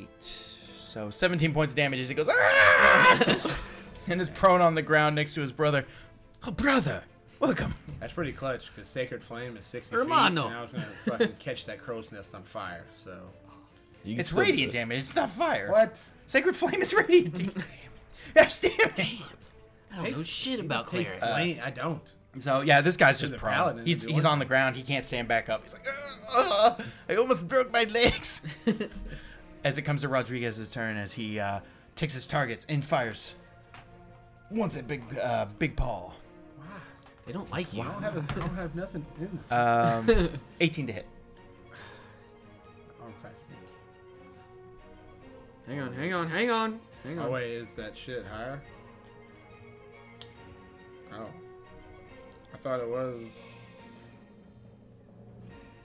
Speaker 5: So 17 points of damage as he goes, "Ah!" and is prone on the ground next to his brother. Oh, brother, welcome.
Speaker 3: That's pretty clutch because Sacred Flame is 60
Speaker 2: Hermano.
Speaker 3: feet, and I was gonna fucking catch that crow's nest on fire. So
Speaker 4: You can
Speaker 5: It's
Speaker 4: still do
Speaker 5: radiant
Speaker 4: it.
Speaker 5: damage, it's not fire.
Speaker 3: what?
Speaker 5: Sacred Flame is radiant. damn it. Gosh damn it.
Speaker 2: I don't know shit about
Speaker 3: Take
Speaker 2: clerics.
Speaker 3: flame? I don't.
Speaker 5: So yeah, this guy's just
Speaker 3: the
Speaker 5: prone.
Speaker 3: paladin,
Speaker 5: He's
Speaker 3: it'd be
Speaker 5: he's
Speaker 3: one
Speaker 5: on the ground. He can't stand back up. He's like, "Ugh, ugh, I almost broke my legs. as it comes to Rodriguez's turn, as he uh, takes his targets and fires once at Big uh, Big Paul.
Speaker 2: They don't like you.
Speaker 3: I don't have. A, I don't have nothing in this.
Speaker 5: Um, 18 to hit.
Speaker 3: Arm class is empty.
Speaker 2: Hang on, hang on, hang on. Hang
Speaker 3: oh
Speaker 2: on.
Speaker 3: wait, is that shit higher? Oh, I thought it was.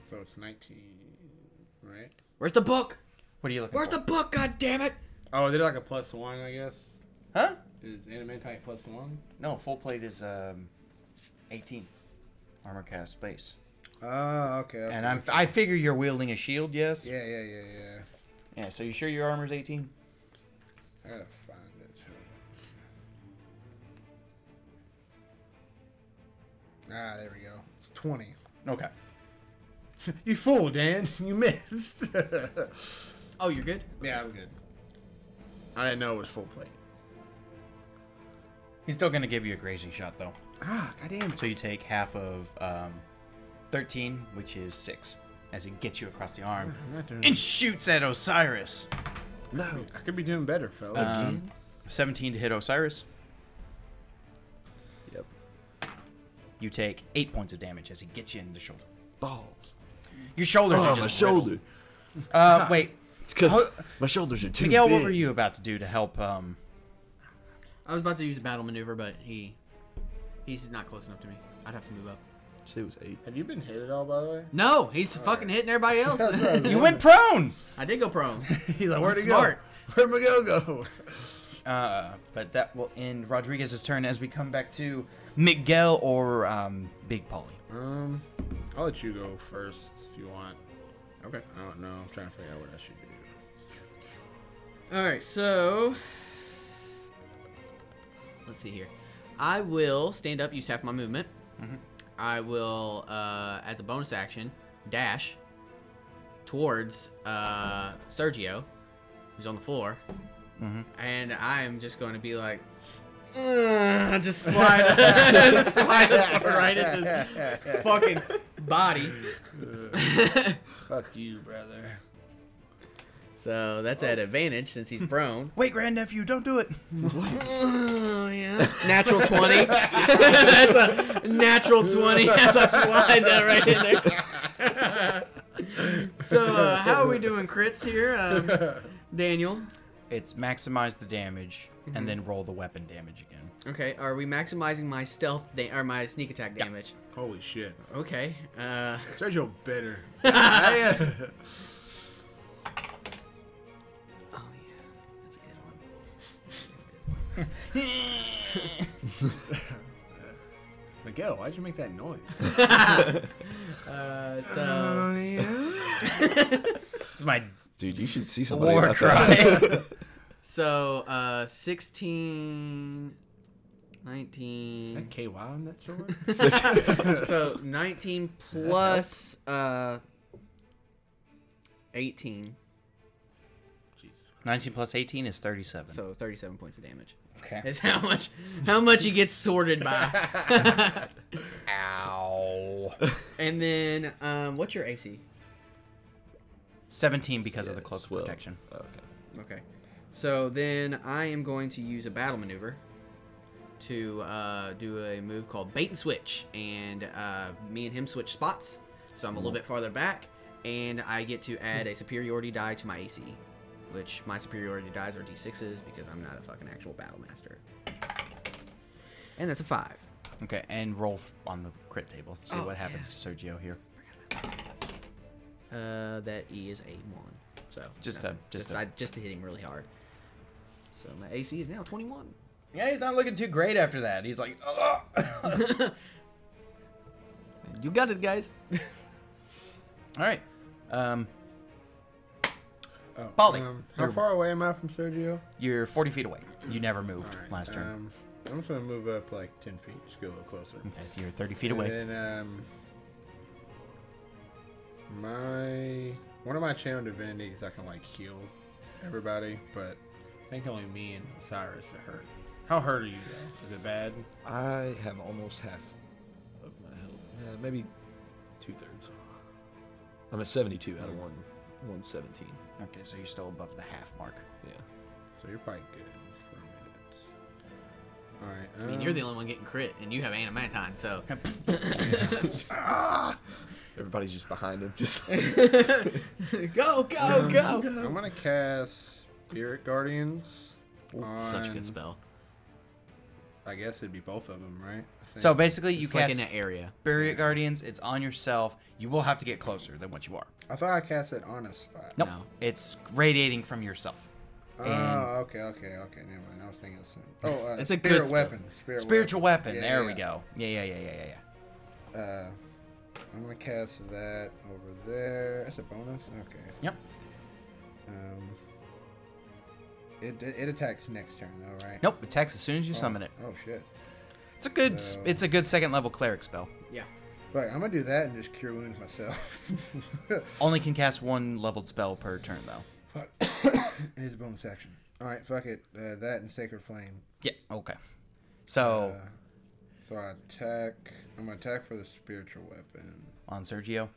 Speaker 3: So it's 19, right?
Speaker 2: Where's the book?
Speaker 5: What are you looking
Speaker 2: Where's
Speaker 5: for?
Speaker 2: the book, god damn it?
Speaker 3: Oh, they're like a plus one, I guess.
Speaker 5: huh?
Speaker 3: Is Animantite plus one?
Speaker 5: No, full plate is um, 18. Armor cast space.
Speaker 3: Oh, okay. okay.
Speaker 5: And I'm I figure you're wielding a shield, yes?
Speaker 3: Yeah, yeah, yeah, yeah.
Speaker 5: Yeah, so you sure your armor's 18?
Speaker 3: I gotta find it. too. Ah, there we go. It's 20.
Speaker 5: Okay.
Speaker 3: You fool, Dan. You missed.
Speaker 2: Oh, you're good.
Speaker 3: yeah, I'm good. I didn't know it was full plate.
Speaker 5: He's still going to give you a grazing shot though.
Speaker 3: Ah, goddamn it.
Speaker 5: So you take half of um, 13, which is 6, as he gets you across the arm and shoots at Osiris.
Speaker 3: No. I could be doing better, fellas.
Speaker 5: Um, 17 to hit Osiris.
Speaker 4: Yep.
Speaker 5: You take 8 points of damage as he gets you in the shoulder.
Speaker 4: Balls.
Speaker 5: Your shoulders
Speaker 4: Oh,
Speaker 5: are
Speaker 4: my
Speaker 5: just riddled.
Speaker 4: shoulder.
Speaker 5: Uh, wait,
Speaker 4: It's 'cause
Speaker 5: How-
Speaker 4: my shoulders are too
Speaker 5: Miguel,
Speaker 4: big.
Speaker 5: what were you about to do to help? Um,
Speaker 2: I was about to use a battle maneuver, but he he's not close enough to me. I'd have to move up.
Speaker 4: Say it was eight.
Speaker 3: Have you been hit at all, by the way?
Speaker 2: No, he's fucking hitting everybody else.
Speaker 5: you went prone.
Speaker 2: I did go prone.
Speaker 3: He's like, where'd
Speaker 2: I'm
Speaker 3: he
Speaker 2: smart.
Speaker 3: go? Where'd Miguel go?
Speaker 5: Uh, but that will end Rodriguez's turn as we come back to Miguel or um, Big Polly.
Speaker 3: Um, I'll let you go first if you want.
Speaker 2: Okay.
Speaker 3: I don't know. I'm trying to figure out what I should do.
Speaker 2: All right, so let's see here. I will stand up, use half my movement. I will, uh, as a bonus action, dash towards uh, Sergio, who's on the floor, and I'm just going to be like, "Ugh," just slide, just slide a sword right into his fucking body.
Speaker 3: Fuck you, brother.
Speaker 2: So that's at advantage since he's prone.
Speaker 5: Wait, grandnephew, don't do it.
Speaker 2: Oh, yeah. Natural 20. That's a natural 20 as I slide that right in there. so, uh, how are we doing crits here, um, Daniel?
Speaker 5: It's maximize the damage and then roll the weapon damage again.
Speaker 2: Okay, are we maximizing my stealth da- or my sneak attack damage?
Speaker 3: Holy shit.
Speaker 2: Okay. Uh,
Speaker 3: Sergio better. I, uh,
Speaker 2: oh, yeah. That's a good one.
Speaker 3: Miguel, why'd you make that noise?
Speaker 2: Uh, so,
Speaker 5: It's my
Speaker 4: Dude, you should see somebody.
Speaker 5: war
Speaker 4: about that.
Speaker 5: cry.
Speaker 2: so uh, 16, 19.
Speaker 3: that KY on that sword?
Speaker 2: So 19 plus uh 18,
Speaker 5: 19 plus 18 is 37.
Speaker 2: so 37 points of damage.
Speaker 5: okay.
Speaker 2: Is how much how much he gets sorted by.
Speaker 5: Ow.
Speaker 2: And then um what's your AC?
Speaker 5: 17 because of the cloak of
Speaker 4: Well,
Speaker 5: protection.
Speaker 4: Okay.
Speaker 2: Okay. So then I am going to use a battle maneuver to uh, do a move called bait and switch, and uh, me and him switch spots. So I'm a little bit farther back, and I get to add a superiority die to my AC, which my superiority dies are d6s because I'm not a fucking actual battle master. And that's a five.
Speaker 5: Okay, and roll f- on the crit table. See
Speaker 2: Oh,
Speaker 5: what happens to Sergio here.
Speaker 2: Uh, that E is a one. So
Speaker 5: Just
Speaker 2: nothing.
Speaker 5: a- just
Speaker 2: just
Speaker 5: a-
Speaker 2: I just hit him really hard. So my AC is now 21.
Speaker 5: Yeah, he's not looking too great after that. He's like, all
Speaker 2: You got it, guys.
Speaker 5: right. Um,
Speaker 3: Oh,
Speaker 5: Polly.
Speaker 3: Um, how far away am I from Sergio?
Speaker 5: you're 40 feet away. You never moved
Speaker 3: Alright,
Speaker 5: last turn.
Speaker 3: Um, I'm just gonna move up like 10 feet, just get a little closer.
Speaker 5: okay, if you're 30 feet
Speaker 3: And
Speaker 5: away.
Speaker 3: then, um, my one of my channel divinities, I can like heal everybody, but I think only me and Osiris are hurt. How hurt are you? Though? Is it bad?
Speaker 4: I have almost half of my health. Yeah, maybe two thirds. I'm at 72 out of one, 117.
Speaker 5: Okay, so you're still above the half mark.
Speaker 4: Yeah.
Speaker 3: So you're probably good for a minute. All right. Um,
Speaker 2: I mean, you're the only one getting crit, and you have animatine, so
Speaker 4: Everybody's just behind him. Just
Speaker 2: go, go, go.
Speaker 3: um, I'm gonna cast Spirit Guardians. On,
Speaker 2: Such a good spell.
Speaker 3: I guess it'd be both of them, right? I think.
Speaker 5: So basically, you
Speaker 2: It's like in
Speaker 5: cast
Speaker 2: that area.
Speaker 5: Barrier Guardians. It's on yourself. You will have to get closer than what you are.
Speaker 3: I thought I cast it on a spot.
Speaker 5: Nope.
Speaker 2: No.
Speaker 5: It's radiating from yourself. and-
Speaker 3: Oh, okay, okay, okay. Never mind. I was thinking of something. Oh, uh,
Speaker 2: it's a good
Speaker 3: spirit
Speaker 2: spell.
Speaker 3: weapon. Spirit
Speaker 5: Spiritual weapon.
Speaker 3: Yeah,
Speaker 5: there
Speaker 3: yeah,
Speaker 5: we go. Yeah, yeah, yeah, yeah, yeah, yeah.
Speaker 3: Uh, I'm gonna cast that over there. That's a bonus. Okay.
Speaker 5: Yep.
Speaker 3: Um. It, it, it attacks next turn though, right?
Speaker 5: Nope, attacks as soon as you summon it.
Speaker 3: Oh shit.
Speaker 5: It's a good s- it's a good second level cleric spell.
Speaker 2: Yeah.
Speaker 3: But I'm gonna do that and just cure wounds myself.
Speaker 5: Only can cast one leveled spell per turn though.
Speaker 3: fuck. it is a bonus action. All right, fuck it. Uh, that and sacred flame. Uh,
Speaker 5: Yeah, okay. So
Speaker 3: So I attack. I'm gonna attack for the spiritual weapon.
Speaker 5: on Sergio.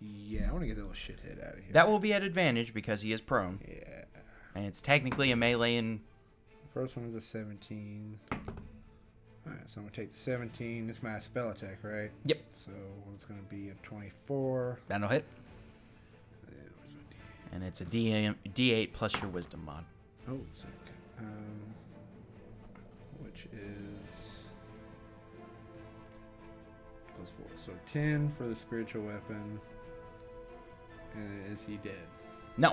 Speaker 3: Yeah, I want to get that little shithead out of here.
Speaker 5: That will be at advantage because he is prone.
Speaker 3: yeah.
Speaker 5: And it's technically a melee and
Speaker 3: First one is a 17. Alright, so I'm gonna take the 17. It's my spell attack, right?
Speaker 5: Yep.
Speaker 3: So it's gonna be a 24.
Speaker 5: that'll hit. And it's a D D8 plus your wisdom mod.
Speaker 3: Oh, sick. Um, which is plus four. So 10 for the spiritual weapon. And is he dead?
Speaker 5: No.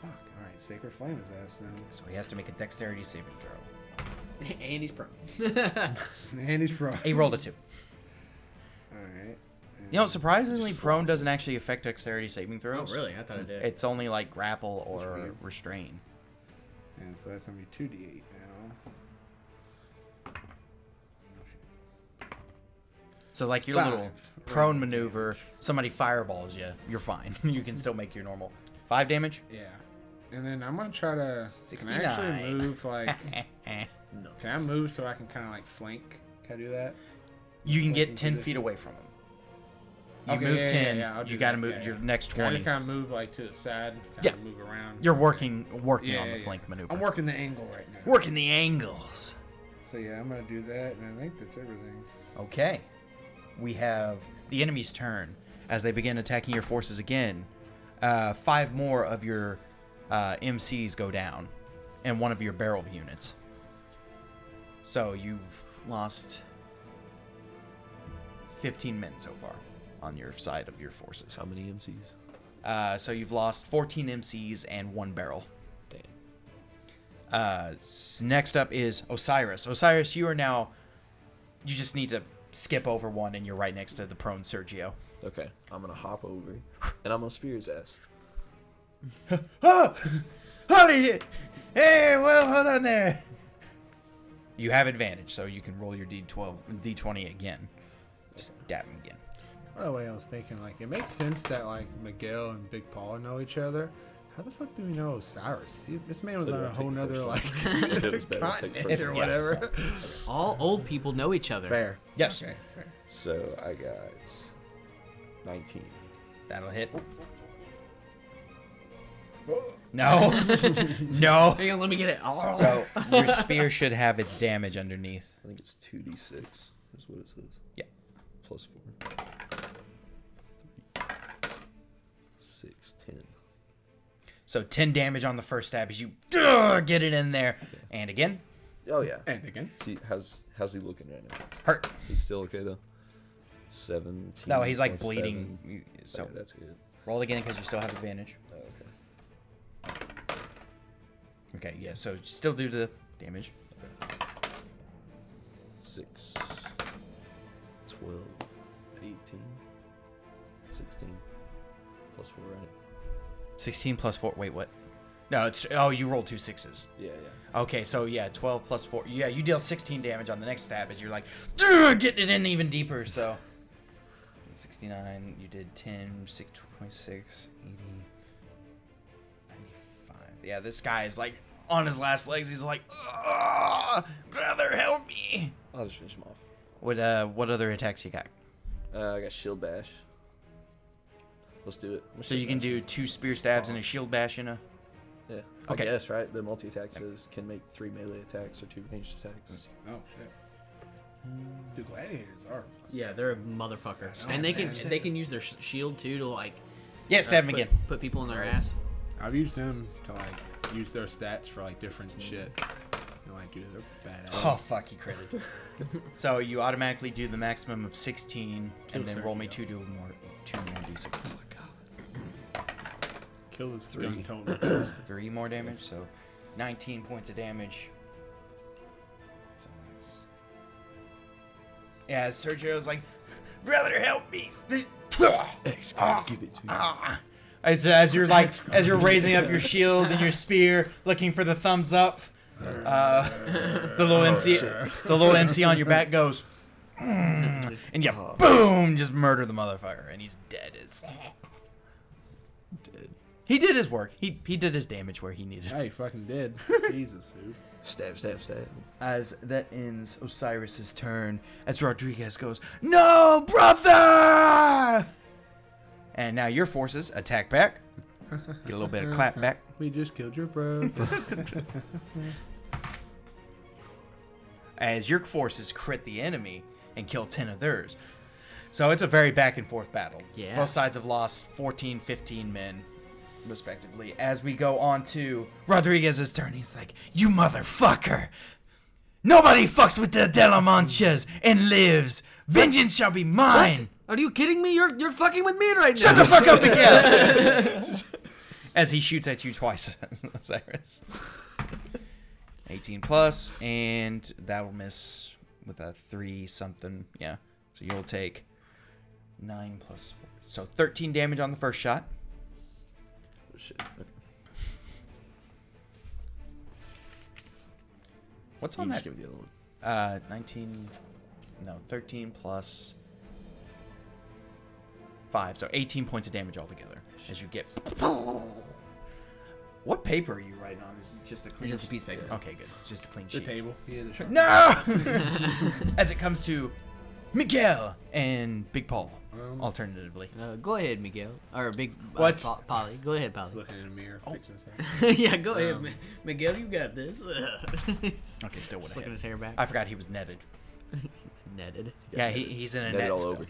Speaker 3: Fuck. Alright, Sacred Flame is ass then.
Speaker 5: So he has to make a dexterity saving throw.
Speaker 2: and he's prone.
Speaker 3: And he's prone.
Speaker 5: He rolled a two.
Speaker 3: Hmm. Alright.
Speaker 5: You know, surprisingly, prone doesn't actually affect dexterity saving throws.
Speaker 2: I thought it did.
Speaker 5: It's only like grapple or
Speaker 3: weird.
Speaker 5: restrain.
Speaker 3: And so that's gonna be two D eight now.
Speaker 5: So like your little
Speaker 3: Five.
Speaker 5: prone
Speaker 3: Right,
Speaker 5: maneuver, somebody fireballs you, you're fine. you can still make your normal five damage.
Speaker 3: Yeah. And then I'm gonna try to can I actually
Speaker 5: 69.
Speaker 3: move like
Speaker 5: Eh.
Speaker 3: can I move so I can kinda like flank? Can I do that?
Speaker 5: You can
Speaker 3: Fucking
Speaker 5: get ten
Speaker 3: do this.
Speaker 5: feet away from him. You
Speaker 3: Okay,
Speaker 5: move
Speaker 3: yeah, yeah,
Speaker 5: ten.
Speaker 3: yeah, I'll do
Speaker 5: you got to
Speaker 3: that.
Speaker 5: move
Speaker 3: Yeah,
Speaker 5: your
Speaker 3: yeah.
Speaker 5: next
Speaker 3: Can I
Speaker 5: twenty.
Speaker 3: just kinda move like to the side? Kinda
Speaker 5: Yeah.
Speaker 3: move around.
Speaker 5: You're working working
Speaker 3: yeah,
Speaker 5: on the
Speaker 3: yeah,
Speaker 5: flank
Speaker 3: yeah.
Speaker 5: maneuver.
Speaker 3: I'm working the angle right now.
Speaker 5: working the angles.
Speaker 3: So yeah, I'm gonna do that and I think that's everything.
Speaker 5: Okay. We have the enemy's turn as they begin attacking your forces again. Uh, five more of your uh, MCs go down, and one of your barrel units. So you've lost 15 men so far on your side of your forces.
Speaker 4: How many MCs?
Speaker 5: Uh, so you've lost 14 MCs and one barrel.
Speaker 4: Damn.
Speaker 5: Uh, s- next up is Osiris. Osiris, you are now. You just need to skip over one, and you're right next to the prone Sergio.
Speaker 4: Okay, I'm gonna hop over and I'm gonna spear his ass.
Speaker 5: Oh, holy! Hey, well, hold on there. You have advantage, so you can roll your d12, d20 again. Just dab him again.
Speaker 3: By the way, I was thinking like it makes sense that like Miguel and Big Paul know each other. How the fuck do we know Osiris? He- This man was
Speaker 4: So do
Speaker 3: on
Speaker 4: I
Speaker 3: a
Speaker 4: take
Speaker 3: whole
Speaker 4: the
Speaker 3: nother like
Speaker 4: first one? It was better to take the
Speaker 3: continent
Speaker 4: first
Speaker 3: or
Speaker 4: one.
Speaker 3: whatever.
Speaker 2: All old people know each other.
Speaker 3: Fair.
Speaker 5: Yes.
Speaker 3: Okay, fair.
Speaker 4: So I got 19.
Speaker 5: That'll hit. No. no.
Speaker 2: Hang on, let me get it. Oh.
Speaker 5: So your spear should have its damage underneath.
Speaker 4: I think it's 2d6 is what it says.
Speaker 5: Yeah.
Speaker 4: Plus 4. 6, 10.
Speaker 5: So 10 damage on the first stab as you ugh, get it in there. And again,
Speaker 4: Oh, yeah.
Speaker 3: And again.
Speaker 4: See, how's, how's he looking right now?
Speaker 5: hurt.
Speaker 4: He's still okay, though. 17.
Speaker 5: No, he's like
Speaker 4: plus
Speaker 5: bleeding.
Speaker 4: seven.
Speaker 5: You- So
Speaker 4: Okay, that's good.
Speaker 5: roll again because you still have advantage.
Speaker 4: Oh, okay.
Speaker 5: Okay, yeah, so still do the damage.
Speaker 4: 6, 12, 18, 16. Plus 4, right?
Speaker 5: 16 plus 4. Wait, what? No, it's. Oh, you roll two sixes.
Speaker 4: Yeah, yeah.
Speaker 5: Okay, so yeah, 12 plus 4. Yeah, you deal 16 damage on the next stab as you're like, "Ugh," getting it in even deeper, so. 69, you did 10, 6, 26, 80, 95. Yeah, this guy is like on his last legs. He's like, "Ugh, brother, help me.
Speaker 4: I'll just finish him off.
Speaker 5: What, uh, what other attacks you got?
Speaker 4: Uh, I got shield bash. Let's do it.
Speaker 5: So you can do two spear stabs and a shield bash in a.
Speaker 4: Yeah.
Speaker 5: Okay.
Speaker 4: I guess right. The multi attack says can make three melee attacks or two ranged attacks.
Speaker 3: Oh shit. The gladiators are.
Speaker 2: Yeah, they're a motherfucker. And they can they can use their sh- shield too to like uh,
Speaker 5: Yeah, stab him
Speaker 2: put,
Speaker 5: again.
Speaker 2: put people in their ass.
Speaker 3: I've used them to like use their stats for like different shit. And like, dude, they're badass.
Speaker 5: Oh fuck, he critted. so you automatically do the maximum of sixteen, and then roll me two do more two more d sixes.
Speaker 3: Kill this gun totem.
Speaker 5: Three more damage, so nineteen points of damage. So that's. Yeah, Sergio's like, brother, help me. The
Speaker 4: X gonna give it to you.
Speaker 5: Ah. As, as you're like as you're raising up your shield and your spear, looking for the thumbs up, uh, the little MC, the little MC on your back goes, "Mm," and you boom just murder the motherfucker, and he's dead as. He did his work. He he did his damage where he needed.
Speaker 3: Now you fucking dead. Jesus, dude.
Speaker 4: Stab, stab, stab.
Speaker 5: As that ends Osiris's turn, as Rodriguez goes, No, brother! And now your forces attack back. Get a little bit of clap back.
Speaker 3: We just killed your bro.
Speaker 5: As your forces crit the enemy and kill 10 of theirs. So it's a very back and forth battle.
Speaker 2: Yeah.
Speaker 5: Both sides have lost 14, 15 men, respectively. As we go on to Rodriguez's turn, he's like, You motherfucker! Nobody fucks with the De La Manchas and lives! Vengeance shall be mine!
Speaker 2: Are you kidding me? You're you're fucking with me right
Speaker 5: Shut
Speaker 2: now.
Speaker 5: the fuck up, Miguel! As he shoots at you twice, Osiris. 18 plus, and that'll miss with a 3 something. Yeah. So you'll take 9 plus 4. So 13 damage on the first shot.
Speaker 4: Oh, Shit.
Speaker 5: What's
Speaker 4: You
Speaker 5: on
Speaker 4: just
Speaker 5: that?
Speaker 4: give me the other one.
Speaker 5: Uh, 19. No, 13 plus 5. So 18 points of damage altogether as you get. What paper are you writing on? Is it just a clean
Speaker 2: It's just a piece of paper.
Speaker 5: Okay, good. It's just a clean
Speaker 3: the
Speaker 5: sheet.
Speaker 3: table. Yeah, the shark.
Speaker 5: No! as it comes to Miguel and Big Paul, alternatively.
Speaker 2: Uh, go ahead, Miguel. Or big uh,
Speaker 3: What?
Speaker 2: Po- Polly. Go ahead, Polly.
Speaker 3: Looking in the mirror. Fixing his hair.
Speaker 2: yeah, go ahead, Mi- Miguel. You got this.
Speaker 5: Okay, still
Speaker 2: Just
Speaker 5: would
Speaker 2: looking
Speaker 5: have.
Speaker 2: his hair back.
Speaker 5: I forgot he was netted.
Speaker 2: netted.
Speaker 5: Yeah, he, he's in a
Speaker 4: Net
Speaker 5: net.
Speaker 4: it all
Speaker 5: still.
Speaker 4: over.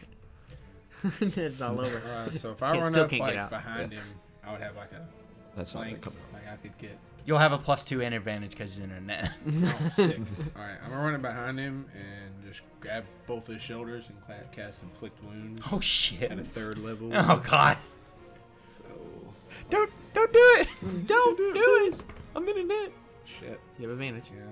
Speaker 2: netted all over.
Speaker 3: Alright, Uh, so if I
Speaker 2: Can't-
Speaker 3: run
Speaker 2: still
Speaker 3: up
Speaker 2: can't get
Speaker 3: like
Speaker 2: out.
Speaker 3: behind him, I would have like a
Speaker 4: That's not gonna
Speaker 3: flank.
Speaker 4: come
Speaker 3: Like I could get.
Speaker 5: You'll have a plus two and advantage because he's in a net.
Speaker 3: Oh, sick. Alright, I'm gonna run up behind him and just grab both his shoulders and cla- cast inflict wounds
Speaker 5: oh shit!
Speaker 3: at a third level.
Speaker 5: Oh god!
Speaker 3: So
Speaker 5: Don't don't do it!
Speaker 2: Don't do it. I'm in a net.
Speaker 3: shit.
Speaker 2: You have advantage.
Speaker 3: Yeah.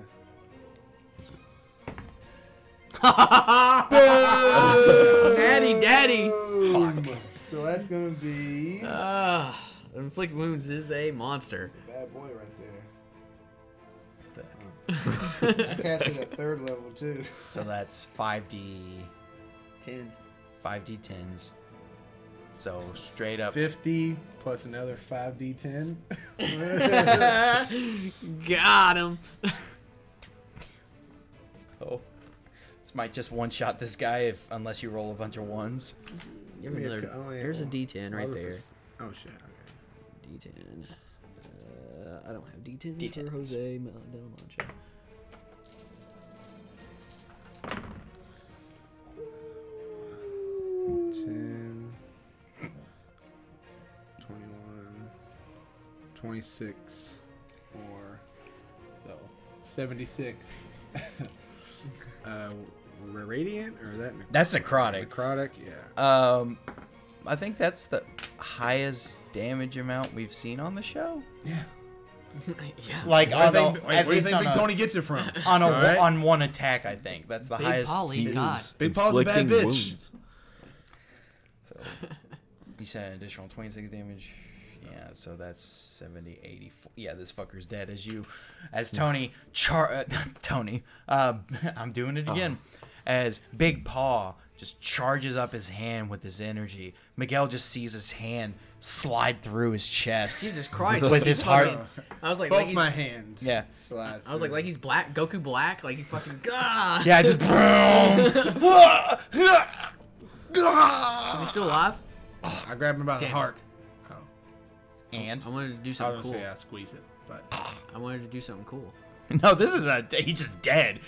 Speaker 2: Daddy, daddy.
Speaker 3: So that's gonna be
Speaker 2: Uh, inflict wounds is a monster.
Speaker 3: bad boy right there. Cast it at third level too.
Speaker 5: So that's five d
Speaker 2: Tens.
Speaker 5: five d tens. So straight up.
Speaker 3: 50 plus another 5d10.
Speaker 2: Got him.
Speaker 5: Oh, this might just one shot this guy if unless you roll a bunch of ones.
Speaker 2: You have
Speaker 3: Yeah,
Speaker 2: another-
Speaker 3: c- only
Speaker 2: there's a
Speaker 3: one.
Speaker 2: D10 right there.
Speaker 3: Oh shit. Okay.
Speaker 2: D10. Uh, I don't have D10
Speaker 5: D10s.
Speaker 2: for Jose Mal- Del Monte.
Speaker 3: Ten, twenty-one, twenty-six, or no, 76. uh, radiant or is that nec-
Speaker 5: That's necrotic.
Speaker 3: necrotic? Yeah.
Speaker 5: Um, I think that's the highest damage amount we've seen on the show.
Speaker 3: Yeah.
Speaker 2: yeah.
Speaker 5: Like
Speaker 3: I
Speaker 5: on a,
Speaker 3: think, wait,
Speaker 5: at
Speaker 3: where do you
Speaker 5: least
Speaker 3: think
Speaker 5: on
Speaker 3: Big
Speaker 5: a,
Speaker 3: Tony gets it from?
Speaker 5: on, a,
Speaker 3: All right.
Speaker 5: on one attack. I think that's the
Speaker 2: Big
Speaker 5: highest.
Speaker 2: Polly,
Speaker 4: He
Speaker 2: God.
Speaker 4: is
Speaker 3: Big Paul's a bad
Speaker 4: inflicting
Speaker 3: bitch.
Speaker 4: wounds.
Speaker 5: So you said an additional 26 damage. Yeah, so that's 70, 84. Yeah, this fucker's dead as you. As
Speaker 2: Hmm.
Speaker 5: Tony, char- uh, Tony, uh, I'm doing
Speaker 2: Uh-huh.
Speaker 5: it again. As Big Paw just charges up his hand with his energy, Miguel just sees his hand slide through his chest.
Speaker 2: Jesus Christ.
Speaker 5: With
Speaker 2: he
Speaker 5: his heart.
Speaker 2: fucking- I was like, like
Speaker 3: Both
Speaker 2: he's-
Speaker 3: my hands.
Speaker 5: Yeah.
Speaker 3: Slide
Speaker 2: I was like,
Speaker 3: through.
Speaker 2: like he's black, Goku black, like he fucking. God.
Speaker 5: Yeah, just.
Speaker 2: Is he still alive?
Speaker 3: I grabbed him by the
Speaker 2: Damn
Speaker 3: heart.
Speaker 2: it.
Speaker 3: Oh.
Speaker 5: and
Speaker 2: I wanted to do
Speaker 3: I was
Speaker 2: something
Speaker 3: gonna
Speaker 2: cool.
Speaker 3: say I squeeze it, but
Speaker 2: I wanted to do something cool.
Speaker 5: No, this is a he's just dead.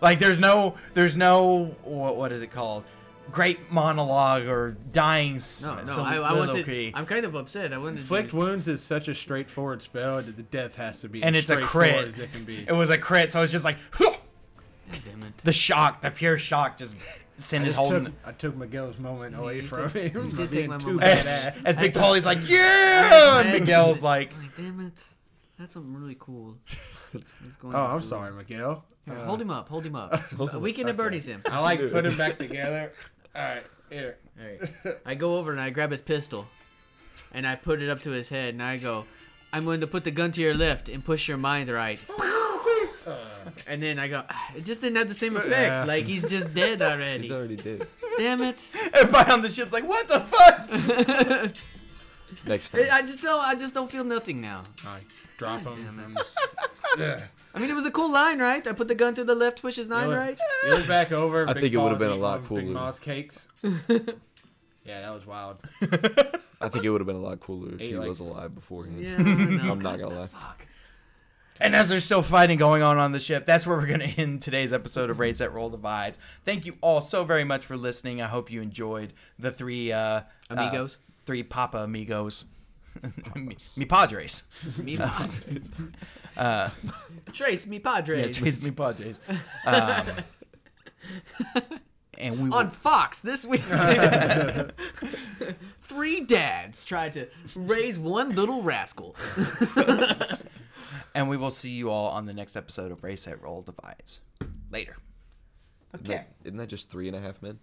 Speaker 5: Like there's no there's no what what is it called? Great monologue or dying s-
Speaker 2: No, no, I, I wanted.
Speaker 5: soliloquy.
Speaker 2: I'm kind of upset. I wanted
Speaker 3: inflict
Speaker 2: to.
Speaker 3: wounds is such a straightforward spell that the death has to be
Speaker 5: and
Speaker 3: as
Speaker 5: it's a
Speaker 3: straightforward
Speaker 5: crit.
Speaker 3: as it can be.
Speaker 5: It was a crit, so it's just like
Speaker 2: Damn it.
Speaker 5: the shock, the pure shock, just sent
Speaker 3: I,
Speaker 5: his
Speaker 3: just
Speaker 5: whole.
Speaker 3: took, I took Miguel's moment away from him.
Speaker 2: did
Speaker 3: for
Speaker 2: take
Speaker 3: being
Speaker 2: my
Speaker 3: too
Speaker 2: moment.
Speaker 5: As,
Speaker 3: badass.
Speaker 5: as Big
Speaker 2: That's a-
Speaker 5: Paulie's like, yeah, and
Speaker 2: That's
Speaker 5: Miguel's
Speaker 2: something-
Speaker 5: like,
Speaker 2: damn it, that's something really cool. What's going
Speaker 3: Oh,
Speaker 2: on
Speaker 3: I'm
Speaker 2: over
Speaker 3: sorry, Miguel.
Speaker 2: there? Hold him up, hold him up. Uh, Weekend at Bernie's him.
Speaker 3: I like put him back together. All right, here.
Speaker 2: All right. I go over and I grab his pistol, and I put it up to his head, and I go, "I'm going to put the gun to your left and push your mind right." Uh. and then I go, "Ah, "It just didn't have the same effect.
Speaker 3: Yeah.
Speaker 2: Like he's just dead already.
Speaker 4: He's already dead.
Speaker 2: Damn it!
Speaker 5: Everybody on the ship's like, what the fuck?
Speaker 4: Next time.
Speaker 2: I just don't. I just don't feel nothing now.
Speaker 3: I drop him. I'm just- Yeah.
Speaker 2: I mean, it was a cool line, right? I put the gun to the left, push his
Speaker 3: You
Speaker 2: nine
Speaker 3: look-
Speaker 2: right.
Speaker 3: You look back over.
Speaker 4: I
Speaker 3: Big
Speaker 4: think it would've
Speaker 3: Paws
Speaker 4: been a
Speaker 3: eating
Speaker 4: lot
Speaker 3: all the
Speaker 4: cooler.
Speaker 3: Big Maw's cakes. yeah, that was wild.
Speaker 4: I think it would have been a lot cooler if
Speaker 3: Hey,
Speaker 4: he
Speaker 3: like-
Speaker 4: was alive beforehand.
Speaker 2: Yeah, no,
Speaker 4: I'm not gonna lie.
Speaker 2: Fuck.
Speaker 5: And as there's still fighting going on on the ship, that's where we're going to end today's episode of Raid Set Roll Divides. Thank you all so very much for listening. I hope you enjoyed the three uh,
Speaker 2: Amigos.
Speaker 5: uh, three Papa amigos, me, me padres. Uh,
Speaker 2: Me padre. Trace me Padres
Speaker 5: Yeah, it's me padres. Um, and we
Speaker 2: on
Speaker 5: will,
Speaker 2: Fox this week. Three dads tried to raise one little rascal.
Speaker 5: and we will see you all on the next episode of Raid Set Roll Divides. Later.
Speaker 4: Isn't that- isn't that just three and a half men?